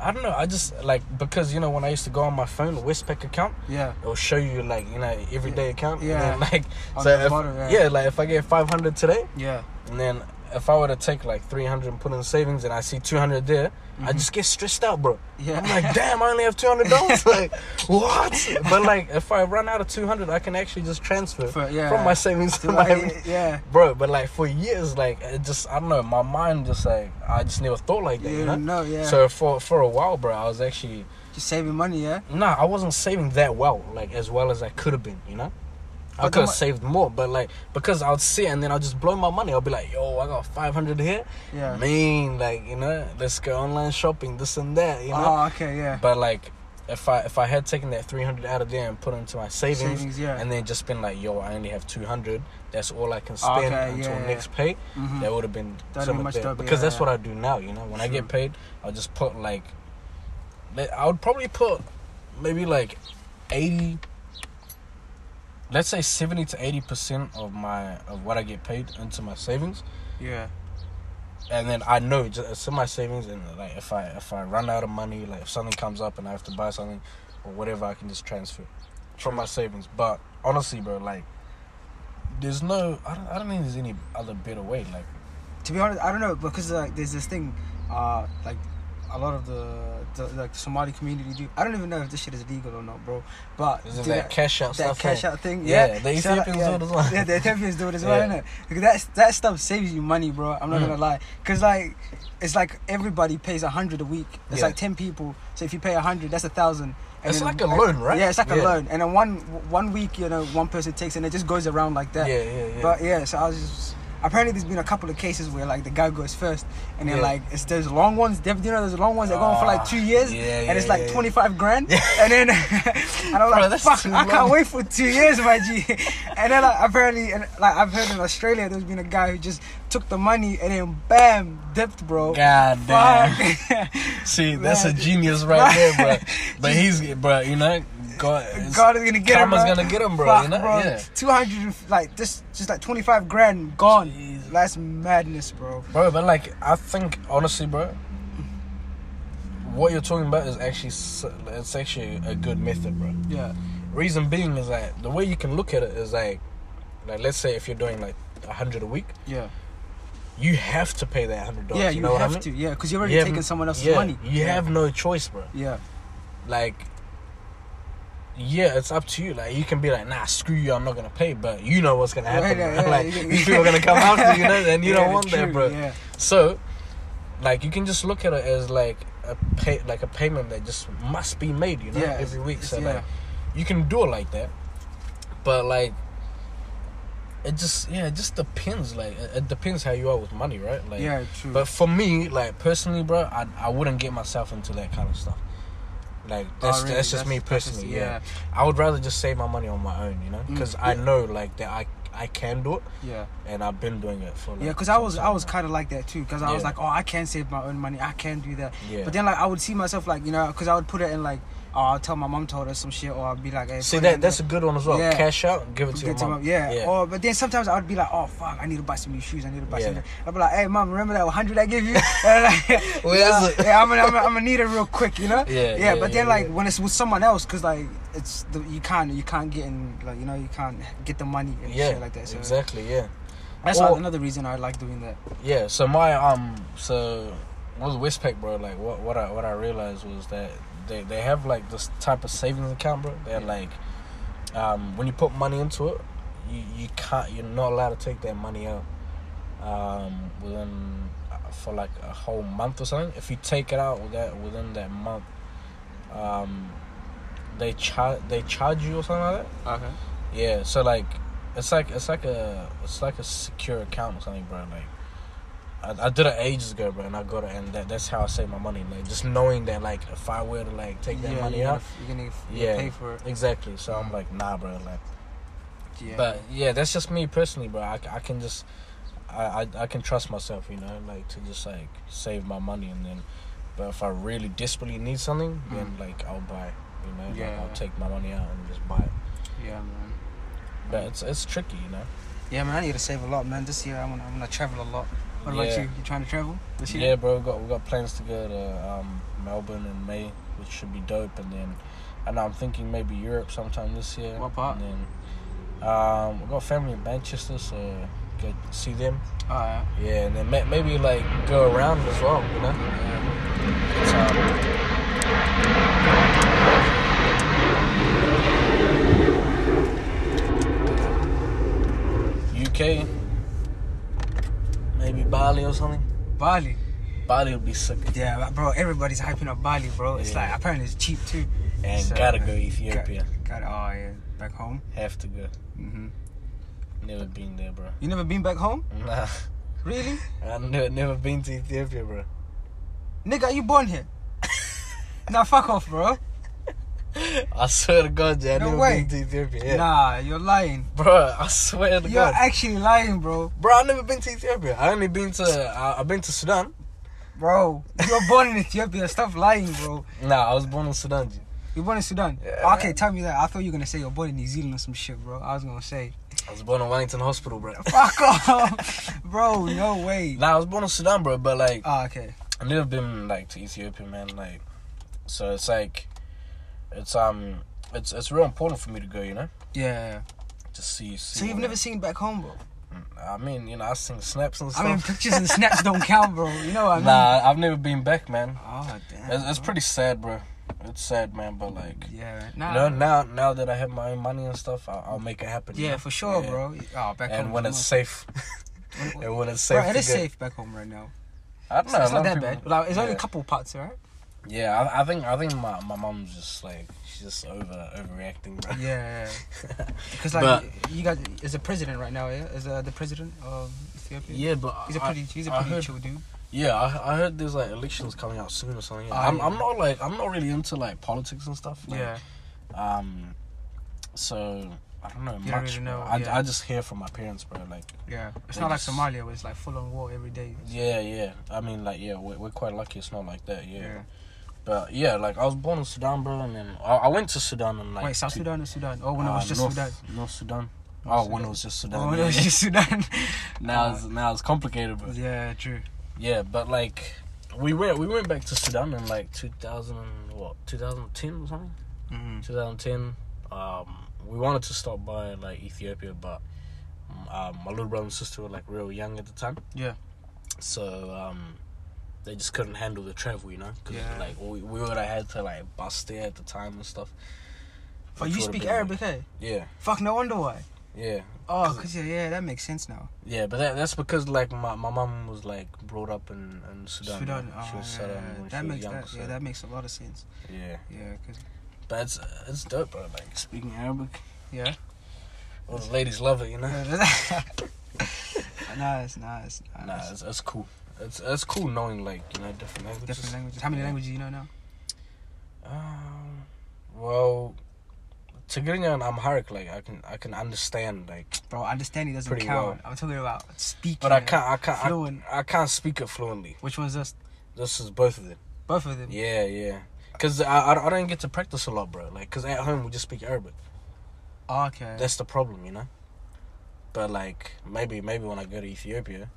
B: I don't know. I just like because you know when I used to go on my phone the Westpac account,
A: Yeah.
B: it'll show you like you know everyday account.
A: Yeah.
B: And then, like
A: On
B: so
A: the
B: if,
A: bottom, yeah.
B: like if I get five hundred today,
A: Yeah.
B: and then if I were to take like three hundred and put in savings, and I see two hundred there, I
A: Mhm.
B: just get stressed out, bro.
A: Mm-hmm. Yeah.
B: I'm like, damn, I only have two hundred dollars. like what? But like if I run out of two hundred, I can actually just transfer
A: For- yeah.
B: from my savings to
A: So,
B: my.
A: like, yeah.
B: Bro, but like for years, like it just I don't know, my mind just like I just never thought like that, you
A: Yeah. No.
B: know.
A: Yeah.
B: So for for a while, bro, I was actually
A: Just saving money, yeah.
B: nah, I wasn't saving that well, like as well as I could have been, you know. I
A: But
B: could
A: then
B: have
A: what-
B: saved more, but like because I'd see and then I'll just blow my money. I'll be like, yo, I got five hundred here.
A: Yeah.
B: Mean, like you know, let's go online shopping, this and that, you know.
A: Oh, okay, yeah.
B: But like, if I if I had taken that three hundred out of there and put it into my savings,
A: Savings, yeah.
B: and then just been like, yo, I only have two hundred. That's all I can
A: Oh,
B: spend
A: okay,
B: until
A: yeah, yeah.
B: next pay.
A: Mhm.
B: That would have been
A: That'd
B: so
A: be
B: much
A: much
B: better.
A: dope,
B: because
A: yeah,
B: that's what I do now. You know, when I
A: True.
B: get paid, I'll just put like, let- I would probably put maybe like eighty. Let's say seventy to eighty percent of my of what I get paid into my savings,
A: Yeah.
B: and then I know ju- it's in my savings, and like if I if I run out of money, like if something comes up and I have to buy something or whatever, I can just transfer from my savings. But honestly, bro, like there's no I don't I don't think there's any other better way. Like
A: To be honest, I don't know because like there's this thing, uh, like a lot of the, the like Somali community do. I don't even know if this shit is legal or not, bro. But
B: Isn't
A: do
B: that cash out
A: that
B: stuff?
A: cash
B: eh?
A: out thing.
B: Yeah,
A: Yeah,
B: the
A: So, like,
B: Ethiopians
A: yeah,
B: do it as well.
A: Yeah, the Ethiopians do it as well,
B: Yeah.
A: innit? Because that that stuff saves you money, bro. I'm not
B: Mm.
A: gonna lie, because like it's like everybody pays a hundred a week. It's
B: Yeah.
A: like ten people, so if you pay a hundred, that's a thousand.
B: It's
A: then-
B: like a loan, right?
A: Yeah, it's like a
B: Yeah.
A: loan, and then one one week, you know, one person takes, it and it just goes around like
B: Yeah,
A: that.
B: yeah, yeah.
A: But yeah, so I was just. Apparently, there's been a couple of cases where like the guy goes first, and then
B: Yeah.
A: like it's those long ones. You know, those long ones that go on for like
B: Ah,
A: two years,
B: yeah,
A: and
B: yeah,
A: it's like
B: yeah, yeah.
A: 25 grand, and then and I'm
B: Bro,
A: like,
B: that's
A: fuck,
B: too
A: I
B: long.
A: can't wait for two years, my G. And then like apparently, and, like I've heard in Australia, there's been a guy who just took the money and then bam, dipped, bro.
B: God damn.
A: Fuck.
B: See, that's a
A: Man.
B: genius right there, bro. But he's, bro, you know, God, it's-
A: God is gonna get him.
B: karma's
A: bro.
B: gonna get him, bro.
A: Fuck,
B: you know, yeah.
A: Two hundred, like this, just like twenty five grand gone.
B: Jeez.
A: That's madness, bro.
B: Bro, but like, I think honestly, bro, what you're talking about is actually s- it's actually a good method, bro.
A: Yeah,
B: Reason being is that the way you can look at it is like, like let's say if you're doing like a hundred a week,
A: yeah,
B: you have to pay that hundred dollars.
A: yeah.
B: you,
A: You,
B: know
A: have
B: what I mean?
A: to, yeah, because you're already
B: You have-
A: taking someone else's
B: yeah,
A: money.
B: You
A: yeah.
B: have no choice, bro.
A: yeah,
B: like yeah, it's up to you. Like you can be like, nah, screw you, I'm not gonna pay, but you know what's gonna happen.
A: Yeah,
B: bro.
A: yeah,
B: like
A: yeah.
B: these people are gonna come after you, you know, and you
A: Yeah,
B: don't
A: the
B: want that,
A: truth,
B: bro.
A: Yeah,
B: So, like, you can just look at it as like a pay, like a payment that just must be made, you know,
A: Yeah,
B: every week.
A: it's-
B: So
A: yeah.
B: like, you can do it like that, but like, it just yeah, it just depends. Like, it, it depends how you are with money, right? Like,
A: yeah, true.
B: but for me, like personally, bro, I, I wouldn't get myself into that kind of stuff. Like
A: Oh,
B: that's
A: really?
B: that's just me
A: That's- that's
B: personally.
A: just-
B: yeah. I would rather just save my money on my own, you know,
A: Mm,
B: because I
A: yeah.
B: know like that I I can do it,
A: yeah.
B: and I've been doing it for. Like,
A: Yeah, because I
B: some
A: was
B: time
A: I was
B: now.
A: kind of like that too. Because I was
B: Yeah.
A: like, oh, I can save my own money. I can do that.
B: Yeah.
A: But then like I would see myself like you know because I would put it in like or I'll tell my mom told us some shit, or I'll be like, hey,
B: See
A: put it
B: that
A: in
B: that's
A: the-
B: a good one as well.
A: Yeah.
B: Cash out, give it to
A: Get
B: your
A: to
B: mom.
A: my- yeah.
B: yeah.
A: Or but then sometimes I would be like, oh fuck, I need to buy some new shoes. I need to buy
B: Yeah.
A: some. I'd be like, hey mom, remember that hundred I gave you? And like,
B: Well,
A: yeah,
B: that's a-
A: yeah, I'm gonna, I'm gonna, I'm gonna need it real quick, you know?
B: Yeah,
A: Yeah.
B: yeah,
A: but
B: yeah,
A: then like
B: yeah.
A: when it's with someone else, cause like it's the, you can't you can't get in like you know you can't get the money and
B: yeah,
A: shit like that. So
B: exactly. Yeah,
A: That's
B: Or-
A: another reason I like doing that.
B: yeah. So my um, so with Westpac, bro, like what what I what I realized was that they they have like this type of savings account, bro. They're like, um, when you put money into it, you you can't you're not allowed to take that money out, um, within uh, for like a whole month or something. If you take it out with that within that month, um, they charge they charge you or something like that.
A: Okay.
B: Yeah, so like, it's like it's like a it's like a secure account or something, bro. Like, I, I did it ages ago, bro, and I got it, and that, that's how I save my money. Like, just knowing that, like, if I were to like take that money
A: you're
B: out,
A: gonna, you're gonna
B: Yeah.
A: pay for it.
B: exactly. So I'm like, nah, bro. Like,
A: Yeah.
B: but yeah, that's just me personally, bro. I, I can just, I, I I can trust myself, you know, like to just like save my money, and then, but if I really desperately need something, then like I'll buy, you know, like,
A: Hmm. Yeah.
B: I'll take my money out and just buy it.
A: yeah, man.
B: But it's it's tricky, you know.
A: Yeah, man. I need to save a lot, man. This year I'm gonna, I'm gonna travel a lot. What about
B: Yeah.
A: you? You trying to travel this
B: Yeah,
A: year?
B: bro, we got we got plans to go to um, Melbourne in May, which should be dope, and then and I'm thinking maybe Europe sometime this year.
A: What part?
B: And then um, we got family in Manchester, so go see them.
A: Alright.
B: Yeah, and then ma- maybe like go around as well, you know. It's, um, UK, maybe Bali or something.
A: Bali.
B: Bali would be sick.
A: Yeah, but bro, everybody's hyping up Bali, bro. It's
B: Yeah.
A: like apparently it's cheap too.
B: And
A: So,
B: gotta
A: uh,
B: go Ethiopia.
A: Got, got oh yeah, back home.
B: Have to go.
A: hmm
B: Never been there, bro.
A: You never been back home,
B: Nah,
A: really?
B: I've never, never been to Ethiopia, bro.
A: Nigga, are you born here? nah, fuck off, bro.
B: I swear to God, yeah, I've
A: No
B: never
A: way.
B: been to Ethiopia. Yeah.
A: Nah, you're lying.
B: Bro, I swear to
A: You're
B: God.
A: actually lying, bro.
B: bro, I've never been to Ethiopia. I only been to, uh, I've been to Sudan.
A: Bro, you were born in Ethiopia. Stop lying, bro.
B: Nah, I was born in Sudan. G.
A: You're born in Sudan.
B: Yeah,
A: okay,
B: man.
A: tell me that. I thought you were gonna say you're born in New Zealand or some shit, bro. I was gonna say.
B: I was born in Wellington Hospital, bro.
A: Fuck off, bro. No way.
B: Nah, I was born in Sudan, bro, but like,
A: Ah, okay.
B: I've never been like to Ethiopia, man. Like, so it's like, it's, um, it's, it's real important for me to go, you know?
A: Yeah.
B: To see, see.
A: So you've
B: what-
A: never seen back home, bro?
B: I mean, you know, I've seen snaps and stuff.
A: I mean, pictures and snaps don't count, bro. You know what I mean?
B: Nah, I've never been back, man.
A: Oh damn.
B: It's, it's
A: bro.
B: pretty sad, bro. It's sad, man. But like,
A: Yeah.
B: you
A: Nah.
B: know, now now that I have my own money and stuff, I'll, I'll make it happen. you
A: yeah,
B: know?
A: for sure,
B: Yeah.
A: bro. Oh, back home.
B: And when
A: is
B: it's safe,
A: nice.
B: and when it's safe,
A: Bro, it
B: to
A: is
B: go-
A: safe back home right now.
B: I don't
A: It's,
B: know.
A: it's
B: a
A: not
B: lot of
A: that bad.
B: people-
A: Like, it's only a
B: yeah.
A: couple parts, right?
B: Yeah, I, I think I think my my mom's just like she's just over overreacting, bro.
A: Yeah. Because like
B: But-
A: you got is the president right now, yeah? Is uh, the president of Ethiopia?
B: Yeah, but
A: He's a
B: I-
A: pretty he's a
B: I
A: pretty
B: heard-
A: chill dude.
B: yeah, I, I heard there's like elections coming out soon or something.
A: Oh,
B: I'm
A: yeah.
B: I'm not like I'm not really into like politics and stuff. like,
A: Yeah.
B: Um, so I don't know
A: You
B: much.
A: don't really know,
B: bro. I,
A: yeah.
B: I just hear from my parents, bro. Like,
A: Yeah. It's
B: They
A: not
B: just-
A: like Somalia where it's like full on war every day.
B: yeah, yeah. I mean, like, yeah, we're, we're quite lucky. It's not like that, yeah.
A: Yeah.
B: But yeah, like I was born in Sudan, bro, and then I, I went to Sudan and like
A: Wait, South
B: two-
A: Sudan or Sudan? Oh, when it
B: uh,
A: was just
B: North,
A: Sudan.
B: North Sudan. oh,
A: North
B: when
A: Sudan.
B: it was just Sudan.
A: Oh, when it
B: yeah.
A: was just Sudan.
B: now
A: uh,
B: it's now it's complicated, bro.
A: yeah, true.
B: Yeah, but like we went we went back to Sudan in like 2000 and what 2010 or something.
A: Mm-hmm.
B: 2010. Um, we wanted to stop by like Ethiopia, but um, my little brother and sister were like real young at the time.
A: Yeah.
B: So um, they just couldn't handle the travel, you know, because
A: Yeah.
B: like we, we would have had to like bus there at the time and stuff.
A: Oh,
B: Which
A: you
B: would've
A: speak
B: been,
A: Arabic,
B: Like,
A: hey?
B: yeah,
A: Fuck, no wonder why.
B: yeah,
A: Oh, cause yeah, yeah, that makes sense now.
B: yeah. But that, that's because like my my mum was like brought up in, in Sudan.
A: Sudan, oh,
B: she was
A: yeah,
B: Sudan when
A: that
B: she was
A: makes
B: young.
A: that,
B: so,
A: yeah, that makes a lot of sense.
B: yeah.
A: Yeah, cause
B: But it's it's dope, bro. Like speaking Arabic,
A: yeah.
B: all the ladies love it, you know.
A: nice, nice,
B: Nah,
A: nice.
B: it's, it's cool. It's it's cool knowing like you know different languages.
A: Different languages. How many
B: yeah.
A: languages do you know now?
B: Um, well, Tigrinya and Amharic, like I can I can understand like,
A: Bro, understanding doesn't
B: Pretty
A: count. I'm talking about speaking.
B: but I
A: it.
B: can't I can't
A: Fluent.
B: I, I can't speak it fluently.
A: Which one's this?
B: This is both of them.
A: Both of them.
B: Yeah, yeah. Cause I, I I don't get to practice a lot, bro. Like, cause at home we just speak Arabic.
A: Okay.
B: That's the problem, you know. But like maybe maybe when I go to Ethiopia,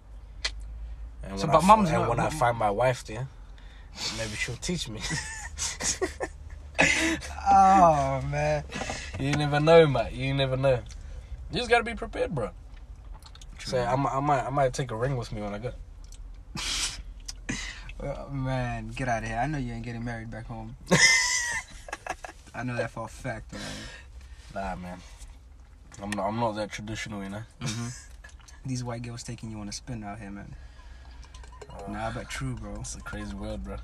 B: and when,
A: So,
B: I,
A: but
B: f-
A: mum's
B: and
A: not-
B: when I
A: mum-
B: find my wife there, maybe she'll teach me.
A: oh man.
B: you never know, mate. You never know. You just gotta be prepared, bro. So I, mi- I might I might take a ring with me when I go.
A: Oh, man, get out of here. I know you ain't getting married back home. I know that for a fact, man.
B: Nah, man. I'm not, I'm not that traditional, you know.
A: These white girls taking you on a spin out here, man.
B: Uh,
A: Nah, but true, bro.
B: It's a crazy world, bro.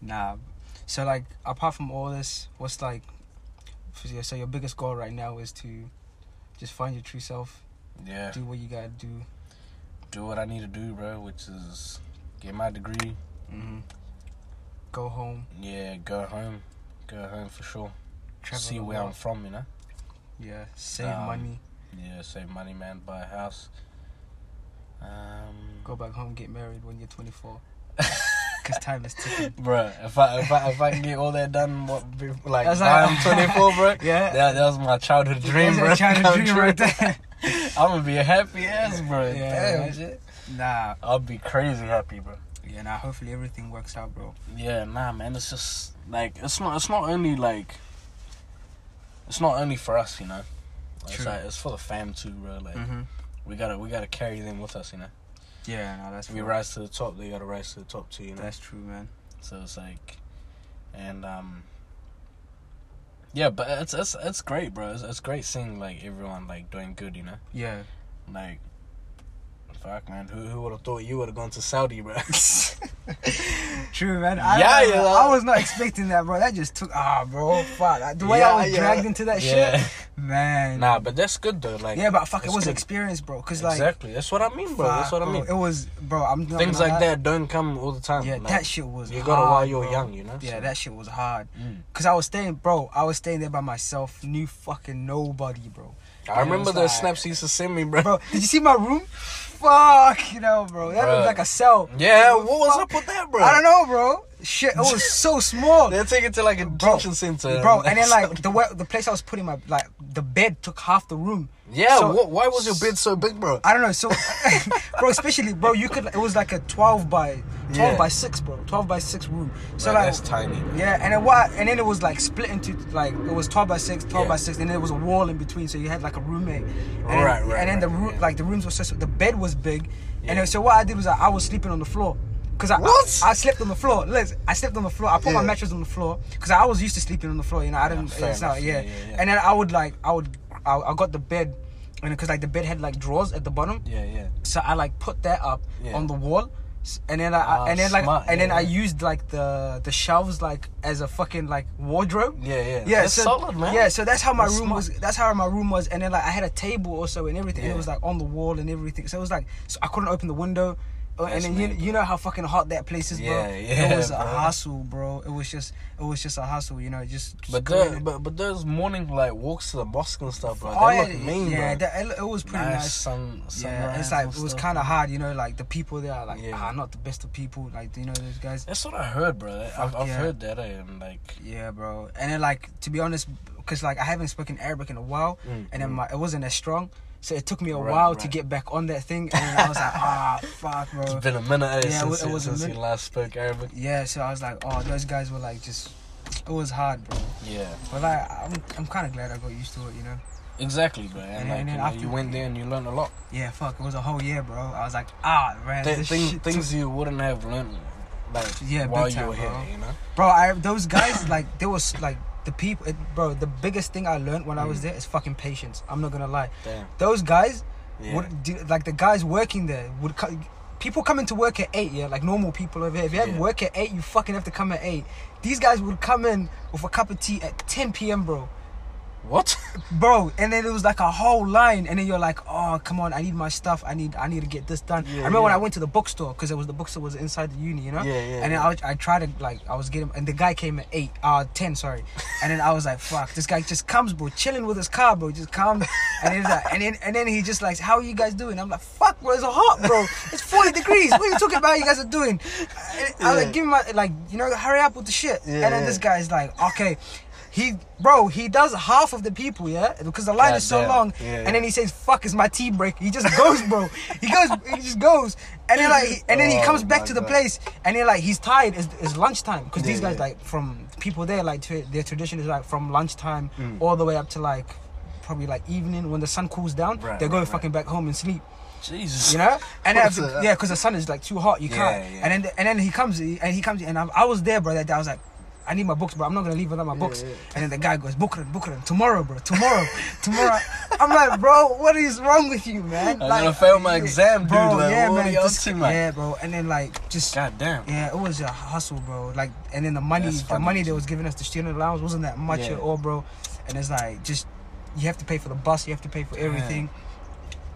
A: Nah. So like, apart from all this, what's like? for you- So your biggest goal right now is to just find your true self,
B: Yeah.
A: do what you gotta do.
B: Do what I need to do, bro, which is get my degree.
A: Mm-hmm. Go home.
B: Yeah, go home. Go home for sure.
A: Travel
B: See
A: the
B: where I'm
A: world.
B: from, you know.
A: Yeah. Save
B: Um,
A: money.
B: Yeah, save money, man. Buy a house. Um,
A: Go back home. Get married when you're 24. Cause time is ticking.
B: bro. If I if I if I can get all that done, what be- like
A: That's
B: by
A: like-
B: I'm 24, bro.
A: Yeah.
B: That, that was my childhood dream,
A: That's a
B: bro.
A: childhood
B: Come
A: dream
B: true.
A: right there.
B: I'm gonna be a happy ass, bro.
A: Yeah.
B: Damn, shit.
A: Nah.
B: I'll be crazy happy, bro.
A: Yeah. Nah. Hopefully everything works out, bro.
B: Yeah, nah, man. It's just like it's not. It's not only like. It's not only for us, you know. It's
A: True.
B: like it's for the fam too, bro. Like
A: Mm-hmm.
B: we gotta we gotta carry them with us, you know.
A: Yeah. Nah. That's
B: If we
A: real.
B: rise to the top, they gotta rise to the top too, you know.
A: That's true, man.
B: So it's like, and um, yeah, but it's it's it's great, bro. It's, it's great seeing like everyone like doing good, you know.
A: Yeah.
B: Like, fuck, man, who who would have thought you would have gone to Saudi, bro?
A: True, man. I,
B: Yeah,
A: I,
B: you know.
A: I was not expecting that, bro. That just took ah, bro. Fuck. The way
B: Yeah,
A: I was
B: yeah.
A: dragged into that
B: yeah,
A: shit, man.
B: nah, but that's good though. Like,
A: yeah, but fuck, it
B: it's
A: was
B: good.
A: experience, bro. Cause like,
B: exactly. That's what I mean, bro. That's
A: fuck,
B: what I mean.
A: Bro, it was, bro. I'm not
B: Things
A: gonna
B: like
A: lie.
B: that don't come all the time.
A: Yeah,
B: like,
A: that shit was.
B: you got it
A: hard,
B: while you're
A: bro.
B: young, you know.
A: Yeah,
B: So-
A: that shit was hard.
B: Mm.
A: Cause I was staying, bro. I was staying there by myself, knew fucking nobody, bro.
B: I remember
A: was
B: those
A: like-
B: snaps he used to send me, bro.
A: Bro, did you see my room? Fuck, you know, bro. That
B: Bro.
A: looked like a cell.
B: Yeah, what was up with that, bro?
A: I don't know, bro. Shit, it was so small.
B: They take it to like a detention center,
A: bro. And then like the way, the place I was putting my like the bed took half the room.
B: Yeah,
A: So-
B: wh- why was your bed so big, bro?
A: I don't know. So, bro, especially bro, you could it was like a twelve by twelve
B: Yeah.
A: by six, bro, twelve by six room. So
B: Bro,
A: like
B: that's tiny. man.
A: yeah, and then what? And then it was like split into like it was twelve by six, 12 by
B: Yeah.
A: six, and then there was a wall in between. So you had like a roommate. And then-
B: Right, right,
A: And then the
B: right,
A: room,
B: yeah.
A: like the rooms were so so- the bed was big, and
B: Yeah.
A: then, so what I did was I, I was sleeping on the floor. Cause I,
B: What?
A: I, slept on the floor. Liz, I slept on the floor. I put my
B: Yeah.
A: mattress on the floor because I was used to sleeping on the floor. You know, I didn't.
B: fair
A: it's not,
B: enough.
A: yeah.
B: Yeah, yeah, yeah.
A: And then I would like, I would, I, I got the bed, and because like the bed had like drawers at the bottom,
B: Yeah, yeah.
A: so I like put that up
B: Yeah.
A: on the wall, s- and then I
B: Ah,
A: and then like
B: smart,
A: and then
B: yeah,
A: I
B: yeah.
A: used like the the shelves like as a fucking like wardrobe.
B: Yeah, yeah.
A: Yeah,
B: That's
A: so,
B: solid, man.
A: Yeah, so that's how my
B: That's
A: room
B: smart.
A: was. That's how my room was, and then like I had a table also and everything. And
B: Yeah.
A: it was like on the wall and everything. So it was like so I couldn't open the window, Uh, and
B: That's
A: then you,
B: mad,
A: you know how fucking hot that place is, bro.
B: Yeah, yeah,
A: It was a
B: bro.
A: hustle, bro. It was just it was just a hustle, you know. Just, just
B: But,
A: go in
B: the,
A: and-
B: but but those morning like walks to the mosque and stuff, bro.
A: Oh,
B: they
A: yeah,
B: look mean,
A: yeah,
B: bro.
A: that- it, it was pretty
B: nice,
A: nice.
B: sun, sunrise
A: Yeah, it's like
B: and
A: it was
B: stuff.
A: kind of hard, you know. Like the people there are like
B: Yeah.
A: ah, not the best of people. Like you know those guys.
B: That's what I heard, bro. I've,
A: Fuck
B: I've
A: yeah.
B: heard that, eh, and like.
A: Yeah, bro. And then like to be honest, because like I haven't spoken Arabic in a while,
B: Mm,
A: and then
B: mm.
A: my it wasn't as strong, so it took me a
B: Right,
A: while to
B: right.
A: get back on that thing. And then I was like, ah, fuck, bro.
B: It's been a minute eh,
A: Yeah, it
B: since,
A: was- it
B: you-
A: was a
B: since
A: minute.
B: you last spoke Arabic.
A: Yeah, so I was like, oh, those guys were like just. It was hard, bro.
B: Yeah,
A: But like, I'm, I'm kind of glad I got used to it, you know.
B: exactly, bro.
A: And
B: And,
A: then-
B: like,
A: and then
B: you, know,
A: after-
B: you went there and you learned a lot.
A: Yeah, fuck. It was a whole year, bro. I was like, ah, man,
B: Th-
A: this
B: thing-
A: shit took
B: things you wouldn't have learned, like
A: Yeah,
B: while
A: big
B: you
A: time,
B: were here,
A: bro.
B: you know.
A: Bro, I those guys like there was like the people, it, bro. The biggest thing I learned when I
B: Mm.
A: was there is fucking patience. I'm not gonna lie.
B: Damn.
A: Those guys
B: Yeah.
A: would do, like the guys working there would co- people coming to work at eight. Yeah, like normal people over here. If you have
B: Yeah.
A: work at eight, you fucking have to come at eight. These guys would come in with a cup of tea at 10 p.m., bro.
B: What?
A: bro and then it was like a whole line and then you're like oh come on i need my stuff i need i need to get this done
B: Yeah,
A: i remember when
B: yeah.
A: i went to the bookstore because it was the bookstore was inside the uni you know
B: Yeah, yeah,
A: and then
B: yeah.
A: I, was- I tried to like i was getting and the guy came at eight uh 10 sorry and then i was like fuck this guy just comes bro chilling with his car bro just comes and then, he's like, and then and then he just like how are you guys doing i'm like fuck bro it's hot bro it's 40 degrees what are you talking about you guys are doing And i was
B: Yeah.
A: like give him my like you know hurry up with the shit
B: Yeah,
A: and then
B: yeah.
A: this guy's like okay he bro he does half of the people yeah because the line
B: God
A: is so
B: damn.
A: long
B: Yeah, yeah.
A: and then he says fuck is my tea break he just goes bro he goes he just goes and then like he- and then he
B: Oh,
A: comes back
B: my
A: to the
B: God.
A: place and then like he's tired it's, it's lunchtime because
B: Yeah,
A: these guys
B: yeah.
A: like from people there like tra- their tradition is like from lunchtime
B: Mm.
A: all the way up to like probably like evening when the sun cools down
B: Right,
A: they're
B: right,
A: going
B: right.
A: fucking back home and sleep
B: Jesus.
A: you know and then
B: What's
A: after-
B: that?
A: yeah because the sun is like too hot you
B: Yeah,
A: can't
B: yeah.
A: and then and then he comes and he comes and I, I was there bro that day i was like I need my books, bro. I'm not gonna leave without my books.
B: yeah.
A: And then the guy goes, Bukran, Bukran, tomorrow, bro, tomorrow, tomorrow. I'm like, bro, what is wrong with you, man?
B: I'm
A: like,
B: gonna fail my exam, dude. Like, what are you up
A: just-
B: to, man?
A: Yeah, bro. And then like, just
B: God damn.
A: yeah, it was a hustle, bro. Like, and then the money,
B: That's
A: the
B: funny.
A: money they was giving us, the student allowance wasn't that much
B: Yeah.
A: at all, bro. And it's like, just you have to pay for the bus, you have to pay for everything.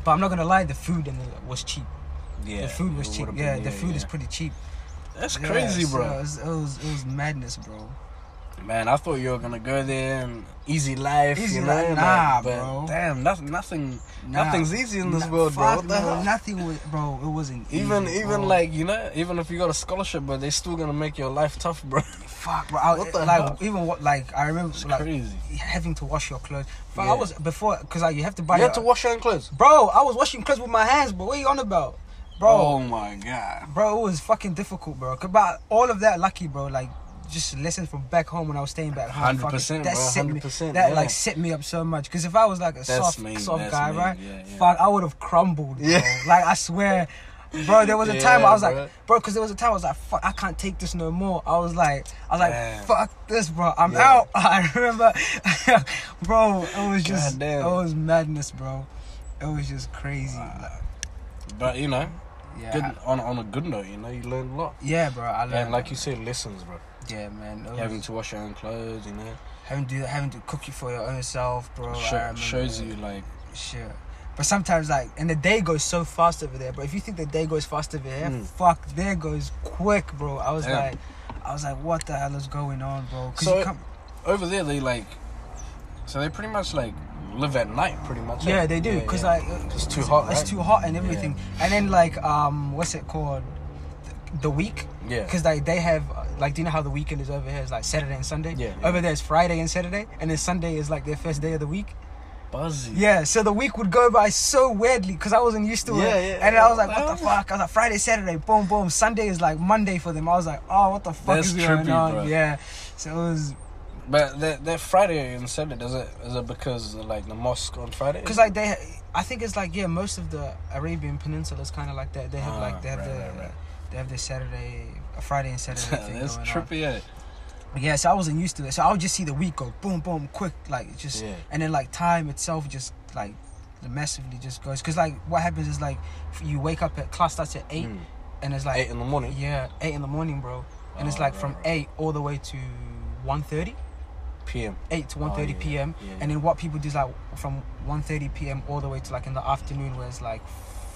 A: But I'm not gonna lie, the food and the, was cheap.
B: Yeah.
A: the food was
B: it
A: cheap.
B: would've
A: Yeah,
B: been-
A: the food is
B: yeah.
A: pretty cheap.
B: That's
A: Yeah,
B: crazy,
A: so it,
B: bro.
A: was, it was it was madness, bro.
B: Man, I thought you were gonna go there and easy life,
A: Easy
B: you know?
A: life,
B: like,
A: nah,
B: but
A: bro.
B: Damn, nothing, nothing,
A: Nah.
B: nothing's easy in this
A: Nah,
B: world, bro.
A: fuck,
B: What the
A: bro,
B: hell?
A: Nothing was, bro. It wasn't
B: Even,
A: easy,
B: even
A: bro.
B: like you know, even if you got a scholarship, but they still gonna make your life tough, bro.
A: fuck, bro. I,
B: What the
A: like
B: hell?
A: even what like I remember
B: It's
A: like
B: crazy.
A: having to wash your clothes. But I
B: Yeah.
A: was before because like you have to buy.
B: you
A: your,
B: had to wash your own clothes.
A: Bro, I was washing clothes with my hands, but what are you on about? Bro,
B: Oh my god.
A: bro, it was fucking difficult, bro. About all of that, lucky, bro, like just lessons from back home when I was staying back home.
B: 100%,
A: fucking-
B: bro,
A: set me-
B: 100%,
A: That
B: yeah.
A: like set me up so much. Because if I was like a soft,
B: mean,
A: soft
B: that's
A: guy,
B: mean,
A: right?
B: yeah, yeah.
A: Fuck, I would have crumbled, bro.
B: Yeah.
A: Like I swear. Bro, there was a time I
B: Yeah,
A: was
B: bro.
A: like, bro, because there was a time I was like, fuck, I can't take this no more. I was like, I was like,
B: Damn.
A: fuck this, bro, I'm
B: Yeah.
A: out. I remember, bro, it was just,
B: Goddamn.
A: it was madness, bro. It was just crazy. like,
B: But you know,
A: yeah,
B: good on on a good note, you know, you learn a lot.
A: yeah, bro. I learned.
B: And like you said, lessons, bro.
A: yeah, man. it was-
B: Having to wash your own clothes, you know,
A: having to having to cook you for your own self, bro. I
B: sho-
A: remember
B: shows
A: that.
B: you like
A: Sure. But sometimes, like, and the day goes so fast over there. But if you think the day goes fast over here,
B: Mm.
A: fuck, there goes quick, bro. I was
B: Damn.
A: like, I was like, what the hell is going on, bro? 'Cause
B: So
A: you
B: it-
A: come,
B: over there they like, so they pretty much like live at night, pretty much. eh?
A: yeah, they do, cause
B: yeah.
A: like
B: uh, it's too hot.
A: it's
B: right?
A: too hot and everything. And then like, um, what's it called? The- The week,
B: Yeah.
A: because like they have uh, like do you know how the weekend is over here? It's like Saturday and Sunday.
B: Yeah, yeah.
A: Over there it's Friday and Saturday, and then Sunday is like their first day of the week.
B: buzzy.
A: Yeah, so the week would go by so weirdly because I wasn't used to
B: Yeah,
A: it.
B: yeah.
A: and I was like, what
B: Well-
A: the fuck? I was like, Friday, Saturday, boom, boom. Sunday is like Monday for them. I was like, oh, what the fuck
B: That's
A: is going
B: trippy,
A: on?
B: bro.
A: Yeah. So it was
B: But that that Friday and Saturday is it is it because like the mosque on Friday?
A: because like they, I think it's like yeah, most of the Arabian Peninsula is kind of like that. They have
B: Ah,
A: like they have
B: right,
A: the
B: right, right.
A: they have their Saturday, Friday and Saturday thing
B: that's
A: going on.
B: trippy. eh? Yeah.
A: Yeah, so I wasn't used to it. So I would just see the week go boom, boom, quick, like just,
B: Yeah.
A: and then like time itself just like massively just goes. Cause like what happens is like f- you wake up at class starts at eight,
B: Mm.
A: and it's like
B: Eight in the morning.
A: yeah eight in the morning, bro, and it's
B: Oh,
A: like
B: right,
A: from
B: right.
A: eight all the way to 1.30
B: p.m.
A: 8 to
B: Oh,
A: 1.30
B: yeah,
A: p.m.
B: yeah, yeah.
A: and then what people do is like from 1.30 p.m. all the way to like in the afternoon where it's like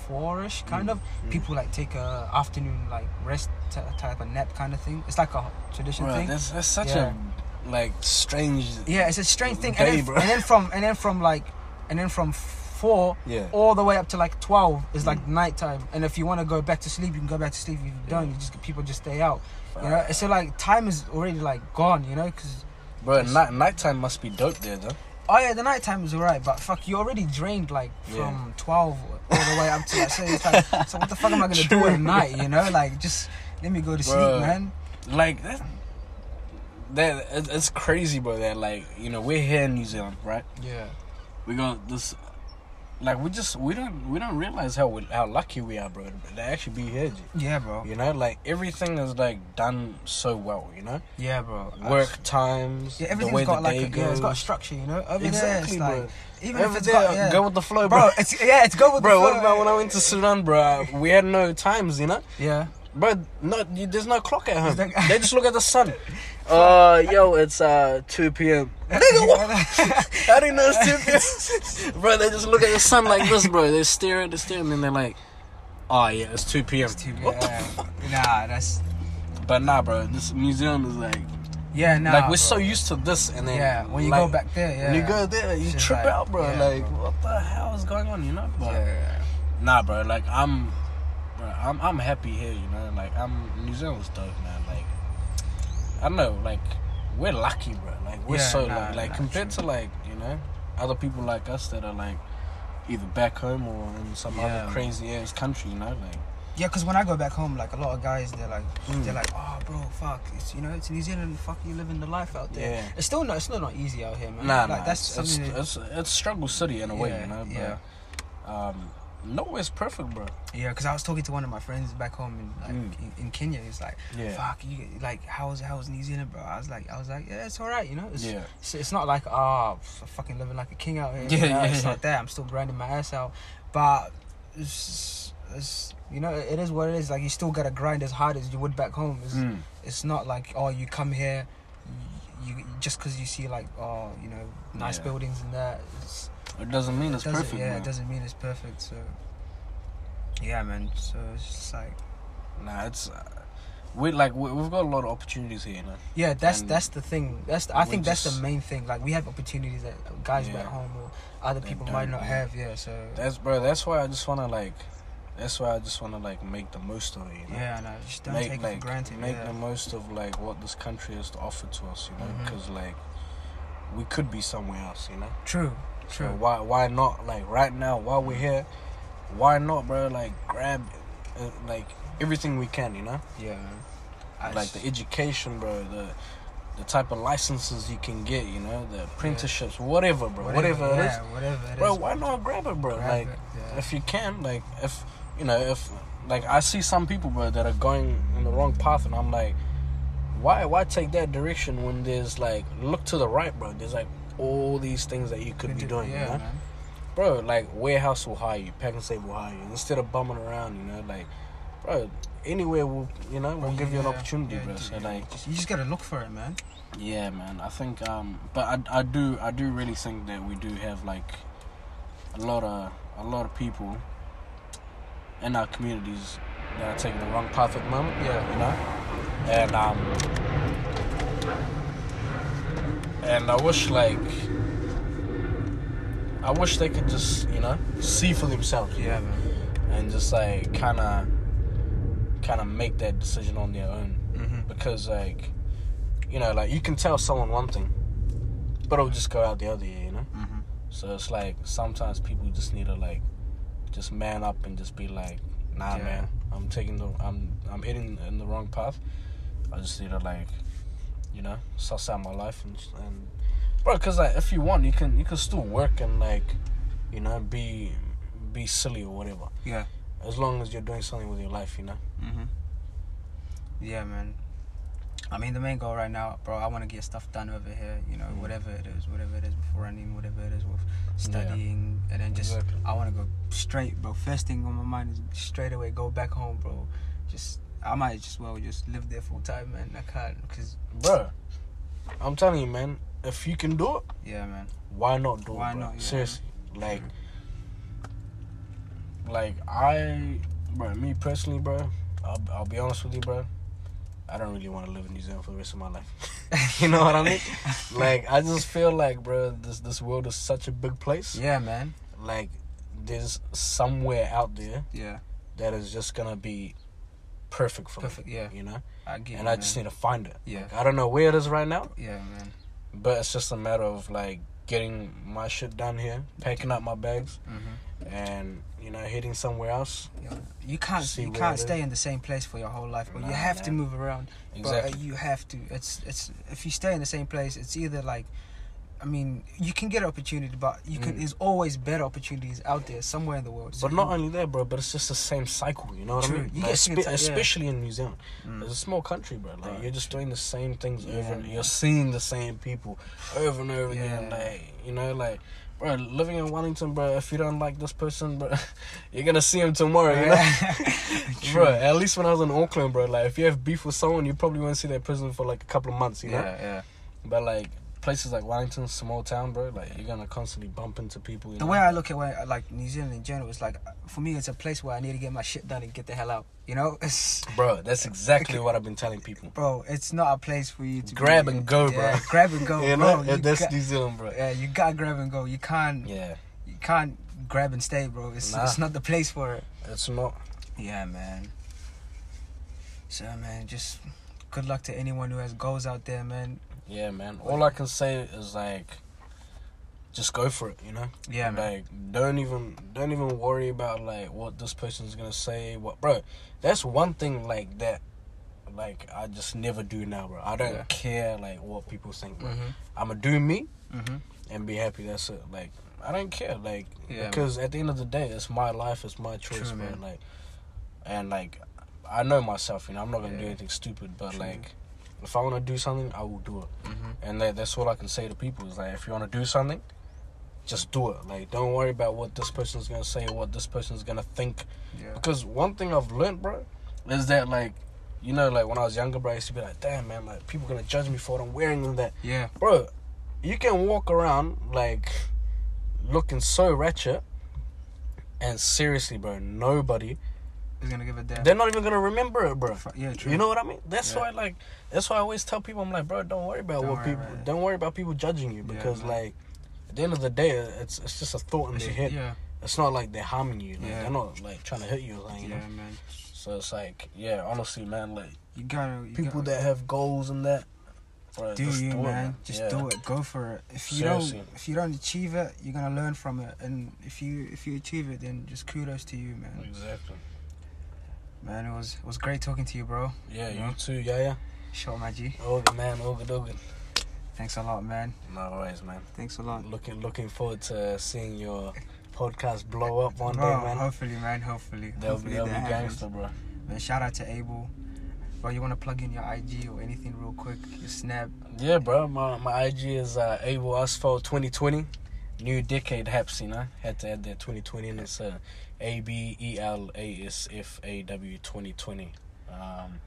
A: four-ish kind
B: Mm,
A: of people like take a afternoon like rest t- type of nap kind of thing it's like a tradition
B: Bro,
A: thing
B: that's that's such
A: Yeah.
B: a like strange.
A: Yeah, it's a strange thing.
B: Day,
A: and, then,
B: bro.
A: and then from and then from like and then from four
B: Yeah. Mm.
A: all the way up to like twelve is like nighttime. And if you want to go back to sleep, you can go back to sleep. If you don't,
B: Yeah.
A: you just people just stay out. You know, so like time is already like gone. You know, because
B: Bro, night nighttime must be dope there though.
A: oh yeah, the nighttime is alright, but fuck, you're already drained like from
B: Yeah.
A: twelve all the way up to like. So it's like, so what the fuck am I gonna do at night? You know, like just let me go to
B: Bruh.
A: sleep, man.
B: Like that. That it- it's crazy, bro. That like you know we're here in New Zealand, right?
A: Yeah.
B: We got this. Like we just we don't we don't realize how we, how lucky we are, bro. To actually be here, G.
A: Yeah, bro.
B: you know. Like everything is like done so well, you know.
A: Yeah, bro.
B: Work times,
A: Yeah,
B: the
A: everything's
B: way
A: got
B: the
A: like
B: day
A: a, yeah, it's got a
B: goes.
A: structure, you know. Over
B: Exactly,
A: there, it's
B: bro.
A: like, even
B: Over
A: if it's
B: there,
A: got, yeah.
B: go with the flow,
A: bro.
B: bro.
A: It's yeah, it's go with
B: Bro,
A: the
B: what
A: flow.
B: about when I went to Sudan, bro? We had no times, you know.
A: Yeah,
B: Bro, no, you, there's no clock at home.
A: There's no-
B: they just look at the sun. Uh, yo, it's uh 2 p.m. Nigga, what? I didn't know it's 2 p.m. bro, they just look at the sun like this, bro. They stare at the stare and then they're like, oh, yeah, it's 2 p.m. What the
A: Yeah. Nah, that's
B: f- But nah, bro, this New Zealand is like,
A: yeah. Nah,
B: like, we're
A: bro.
B: so used to this. And then,
A: yeah. When you
B: like,
A: go back there, yeah.
B: when you go there, you
A: Shit,
B: trip
A: like,
B: out, bro.
A: yeah,
B: like,
A: bro.
B: what the hell is going on, you know? But,
A: Yeah.
B: Nah, bro, like, I'm, bro, I'm, I'm happy here, you know? Like, I'm, New Zealand's dope, man. Like, I don't know, like, we're lucky, bro. Like, we're
A: Yeah,
B: so
A: nah,
B: lucky. Like,
A: nah,
B: compared to, like, you know, other people like us that are, like, either back home or in some
A: Yeah.
B: other crazy ass country, you know? Like,
A: Yeah, cause when I go back home, like a lot of guys, they're like,
B: Mm.
A: they're like, oh, bro, fuck, it's you know, it's New Zealand, fuck, you living the life out there.
B: Yeah.
A: It's still not, it's still not easy out here, man.
B: nah,
A: like,
B: nah,
A: that's
B: it's, it's,
A: something. that-
B: it's, it's struggle city in a way,
A: Yeah,
B: you know? But,
A: yeah.
B: um, nowhere's perfect, bro.
A: Yeah, because I was talking to one of my friends back home in, like,
B: Mm.
A: in, in Kenya. He's like,
B: Yeah.
A: "Fuck you! Like, how's how's New Zealand, bro?" I was like, "I was like, yeah, it's all right, you know. It's,
B: Yeah.
A: it's, it's not like ah, f- fucking living like a king out here.
B: Yeah,
A: you know?
B: yeah,
A: it's
B: yeah.
A: not that. I'm still grinding my ass out, but it's, it's you know, it is what it is. Like, you still gotta grind as hard as you would back home. It's,
B: Mm.
A: it's not like oh, you come here, you, you just because you see like oh, you know, nice
B: Yeah.
A: buildings and that. It's,
B: It doesn't mean it's
A: doesn't-
B: perfect,
A: Yeah,
B: man.
A: it doesn't mean it's perfect. So yeah, man. So it's just like
B: Nah, it's uh, we like we, we've got a lot of opportunities here, you know.
A: yeah, that's
B: And
A: that's the thing. That's the, I
B: we
A: think that's
B: just-
A: the main thing. Like we have opportunities that guys
B: Yeah.
A: back home or other
B: They
A: people might
B: don't,
A: not
B: yeah.
A: have. Yeah. So
B: That's bro. That's why I just wanna like. That's why I just wanna like make the most of it. You know?
A: yeah, no, just don't
B: make
A: take
B: like
A: it for granted.
B: make
A: yeah.
B: the most of like what this country has to offer to us, you know,
A: Mhm.
B: because like we could be somewhere else, you know.
A: True.
B: So
A: True.
B: why why not like right now while we're here, why not, bro? Like grab uh, like everything we can, you know.
A: Yeah. man. I
B: like
A: just-
B: the education, bro. The the type of licenses you can get, you know, the apprenticeships, whatever, bro, whatever, it is.
A: yeah, whatever it is.
B: bro why not grab it bro
A: Grab
B: like
A: it, yeah.
B: if you can like if you know if like i see some people bro that are going in the wrong path and i'm like why why take that direction when there's like look to the right bro there's like all these things that you could be
A: do-
B: doing
A: Yeah,
B: you know?
A: man.
B: bro like warehouse will hire you pack and save will hire you instead of bumming around you know like bro anywhere will you know will give you an
A: Yeah,
B: opportunity
A: yeah,
B: bro
A: d-
B: so
A: yeah,
B: like
A: just- you just gotta look for it, man.
B: yeah, man. I think, um, but I, I do, I do really think that we do have like a lot of a lot of people in our communities that are taking the wrong path at the moment.
A: Yeah.
B: you know, and um, and I wish like I wish they could just you know see for themselves. you know,
A: man.
B: and just like kind of kind of make that decision on their own
A: Mhm.
B: because like you know like you can tell someone one thing but it'll just go out the other year you know
A: Mm-hmm.
B: so it's like sometimes people just need to like just man up and just be like nah
A: Yeah.
B: man i'm taking the i'm i'm heading in the wrong path i just need to like you know suss out my life and and bro because like if you want you can you can still work and like you know be be silly or whatever
A: Yeah.
B: as long as you're doing something with your life, you know.
A: hmm Yeah, man. I mean, the main goal right now, bro, I want to get stuff done over here, you know,
B: Mm.
A: whatever it is, whatever it is with running, whatever it is with studying, and then just,
B: Exactly.
A: I want to go straight, bro. First thing on my mind is straight away go back home, bro. Just, I might just well just live there full time, man. I can't, because,
B: Bro, I'm telling you, man, if you can do it,
A: yeah, man.
B: why not do
A: Why
B: it? Bro?
A: not, yeah.
B: Seriously. Like like I bro, me personally, bro, I'll, I'll be honest with you, bro. I don't really want to live in New Zealand for the rest of my life. you know what I mean? like I just feel like, bro, this this world is such a big place.
A: Yeah, man.
B: Like there's somewhere out there
A: Yeah.
B: that is just gonna be perfect for
A: Perfect, yeah.
B: me. You know,
A: I get
B: and
A: you,
B: I just
A: man.
B: need to find it.
A: Yeah.
B: Like, uh, I don't know where it is right now,
A: Yeah, man.
B: But it's just a matter of like getting my shit done here, packing up my bags,
A: hmm
B: and you know heading somewhere else.
A: You can't,
B: See
A: you
B: where
A: can't
B: it is.
A: stay in the same place for your whole life, but you
B: Nah,
A: have to
B: man.
A: move around. But uh,
B: Exactly.
A: you have to. It's it's if you stay in the same place, it's either like, I mean, you can get opportunity, but you can.
B: Mm.
A: There's always better opportunities out there somewhere in the world.
B: but not only that, bro. But it's just the same cycle. You know what
A: True.
B: I mean?
A: You
B: Like,
A: get
B: spe-
A: sick of- yeah.
B: especially in New Zealand,
A: Mm.
B: it's a small country, bro. Like
A: Right.
B: you're just doing the same things
A: Yeah,
B: over. and
A: man.
B: You're seeing the same people over and over
A: Yeah.
B: again. Like you know, like bro, living in Wellington, bro, if you don't like this person, bro, you're gonna see him tomorrow, you know? bro, at least when I was in Auckland, bro, like if you have beef with someone, you probably won't see that person for like a couple of months, you know?
C: yeah.
B: But like places like Wellington, small town, bro, like you're gonna constantly bump into people. You
A: The
B: know?
A: way I look at where, like New Zealand in general, it's like for me, it's a place where I need to get my shit done and get the hell out. You know, it's
B: bro, that's exactly what I've been telling people.
A: bro, it's not a place for you to
B: Grab
A: be-
B: and go,
A: yeah,
B: bro.
A: Grab and go,
B: You know,
A: bro.
B: Yeah,
A: you
B: that's
A: got-
B: New Zealand, bro.
A: yeah, you gotta grab and go. You can't,
B: Yeah,
A: you can't grab and stay, bro. It's
B: Nah.
A: it's not the place for it.
B: it's not.
A: Yeah, man. So man, just good luck to anyone who has goals out there, man.
B: Yeah, man. All I can say is like, just go for it. You know.
A: Yeah,
B: And,
A: man.
B: Like, don't even don't even worry about like what this person's gonna say. What, bro? That's one thing like that. Like I just never do now, bro. I don't
A: Yeah.
B: care like what people think. Bro.
A: Mhm.
B: I'ma do me
A: Mhm.
B: and be happy. That's it. Like I don't care. Like
A: Yeah,
B: because at the end of the day, it's my life. It's my choice,
A: True,
B: bro.
A: man.
B: Like and like I know myself. You know, I'm not gonna do
A: Yeah.
B: anything stupid. But
A: True.
B: like if I wanna do something, I will do it.
A: Mhm.
B: And that, that's all I can say to people is like, if you want to do something, just do it. Like, don't worry about what this person's gonna say or what this person's gonna think.
A: Yeah.
B: Because one thing I've learned, bro, is that like, you know, like when I was younger, bro, I used to be like, damn, man, like people gonna judge me for what I'm wearing and that,
A: Yeah.
B: bro. You can walk around like looking so ratchet, and seriously, bro, nobody.
A: He's gonna give a damn.
B: They're not even gonna remember it, bro.
A: Fu- yeah, true.
B: You know what I mean? That's
A: Yeah.
B: why, like, that's why I always tell people, I'm like, bro, don't worry about
A: Don't
B: what
A: worry
B: people,
A: about it."
B: don't worry about people judging you
A: Yeah,
B: because,
A: man.
B: like, at the end of the day, it's it's just a thought in
A: It's-
B: their head.
A: Yeah.
B: It's not like they're harming you. Like,
A: Yeah.
B: They're not like trying to hit you. Like, you know?
A: Yeah, man.
B: So it's like, yeah, honestly, man, like
A: You gotta you
B: people
A: gotta,
B: that have goals and that, bro,
A: do
B: just
A: you,
B: do it,
A: man.
B: man.
A: Just
B: Yeah.
A: do it. Go for it. If you don't,
B: Seriously.
A: if you don't achieve it, you're gonna learn from it. And if you if you achieve it, then just kudos to you, man.
B: Exactly.
A: Man, it was it was great talking to you, bro.
B: Yeah,
A: You know?
B: you too. Yeah, yeah.
A: Sure, my G.
B: All good, man. All good, all good.
A: Thanks a lot, man.
B: No worries, man.
A: Thanks a lot.
B: Looking looking forward to seeing your podcast blow up one
A: Bro,
B: day, man.
A: hopefully, man. Hopefully.
B: They'll
A: hopefully
B: be, they'll be
A: that happens.
B: gangster, bro.
A: Man, shout out to Abel. Bro, you wanna plug in your IG or anything real quick? Your snap.
B: Yeah, bro. My, my IG is uh, Able Asphalt 2020. New decade haps, you know. Had to add that 2020 and it's uh, A B E L A S F A W 2020. Um,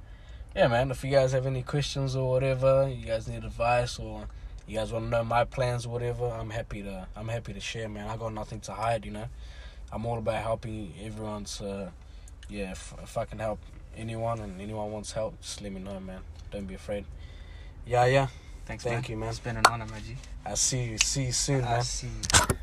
B: yeah, man. If you guys have any questions or whatever, you guys need advice or you guys want to know my plans or whatever, I'm happy to. I'm happy to share, man. I got nothing to hide, you know. I'm all about helping everyone. So, yeah, if, if I can help anyone and anyone wants help, just let me know, man. Don't be afraid. Yeah, yeah.
A: Thanks,
B: Thank
A: man.
B: you, man.
A: It's been an honor, my G.
B: I see you. See you soon,
A: I
B: man.
A: see. you.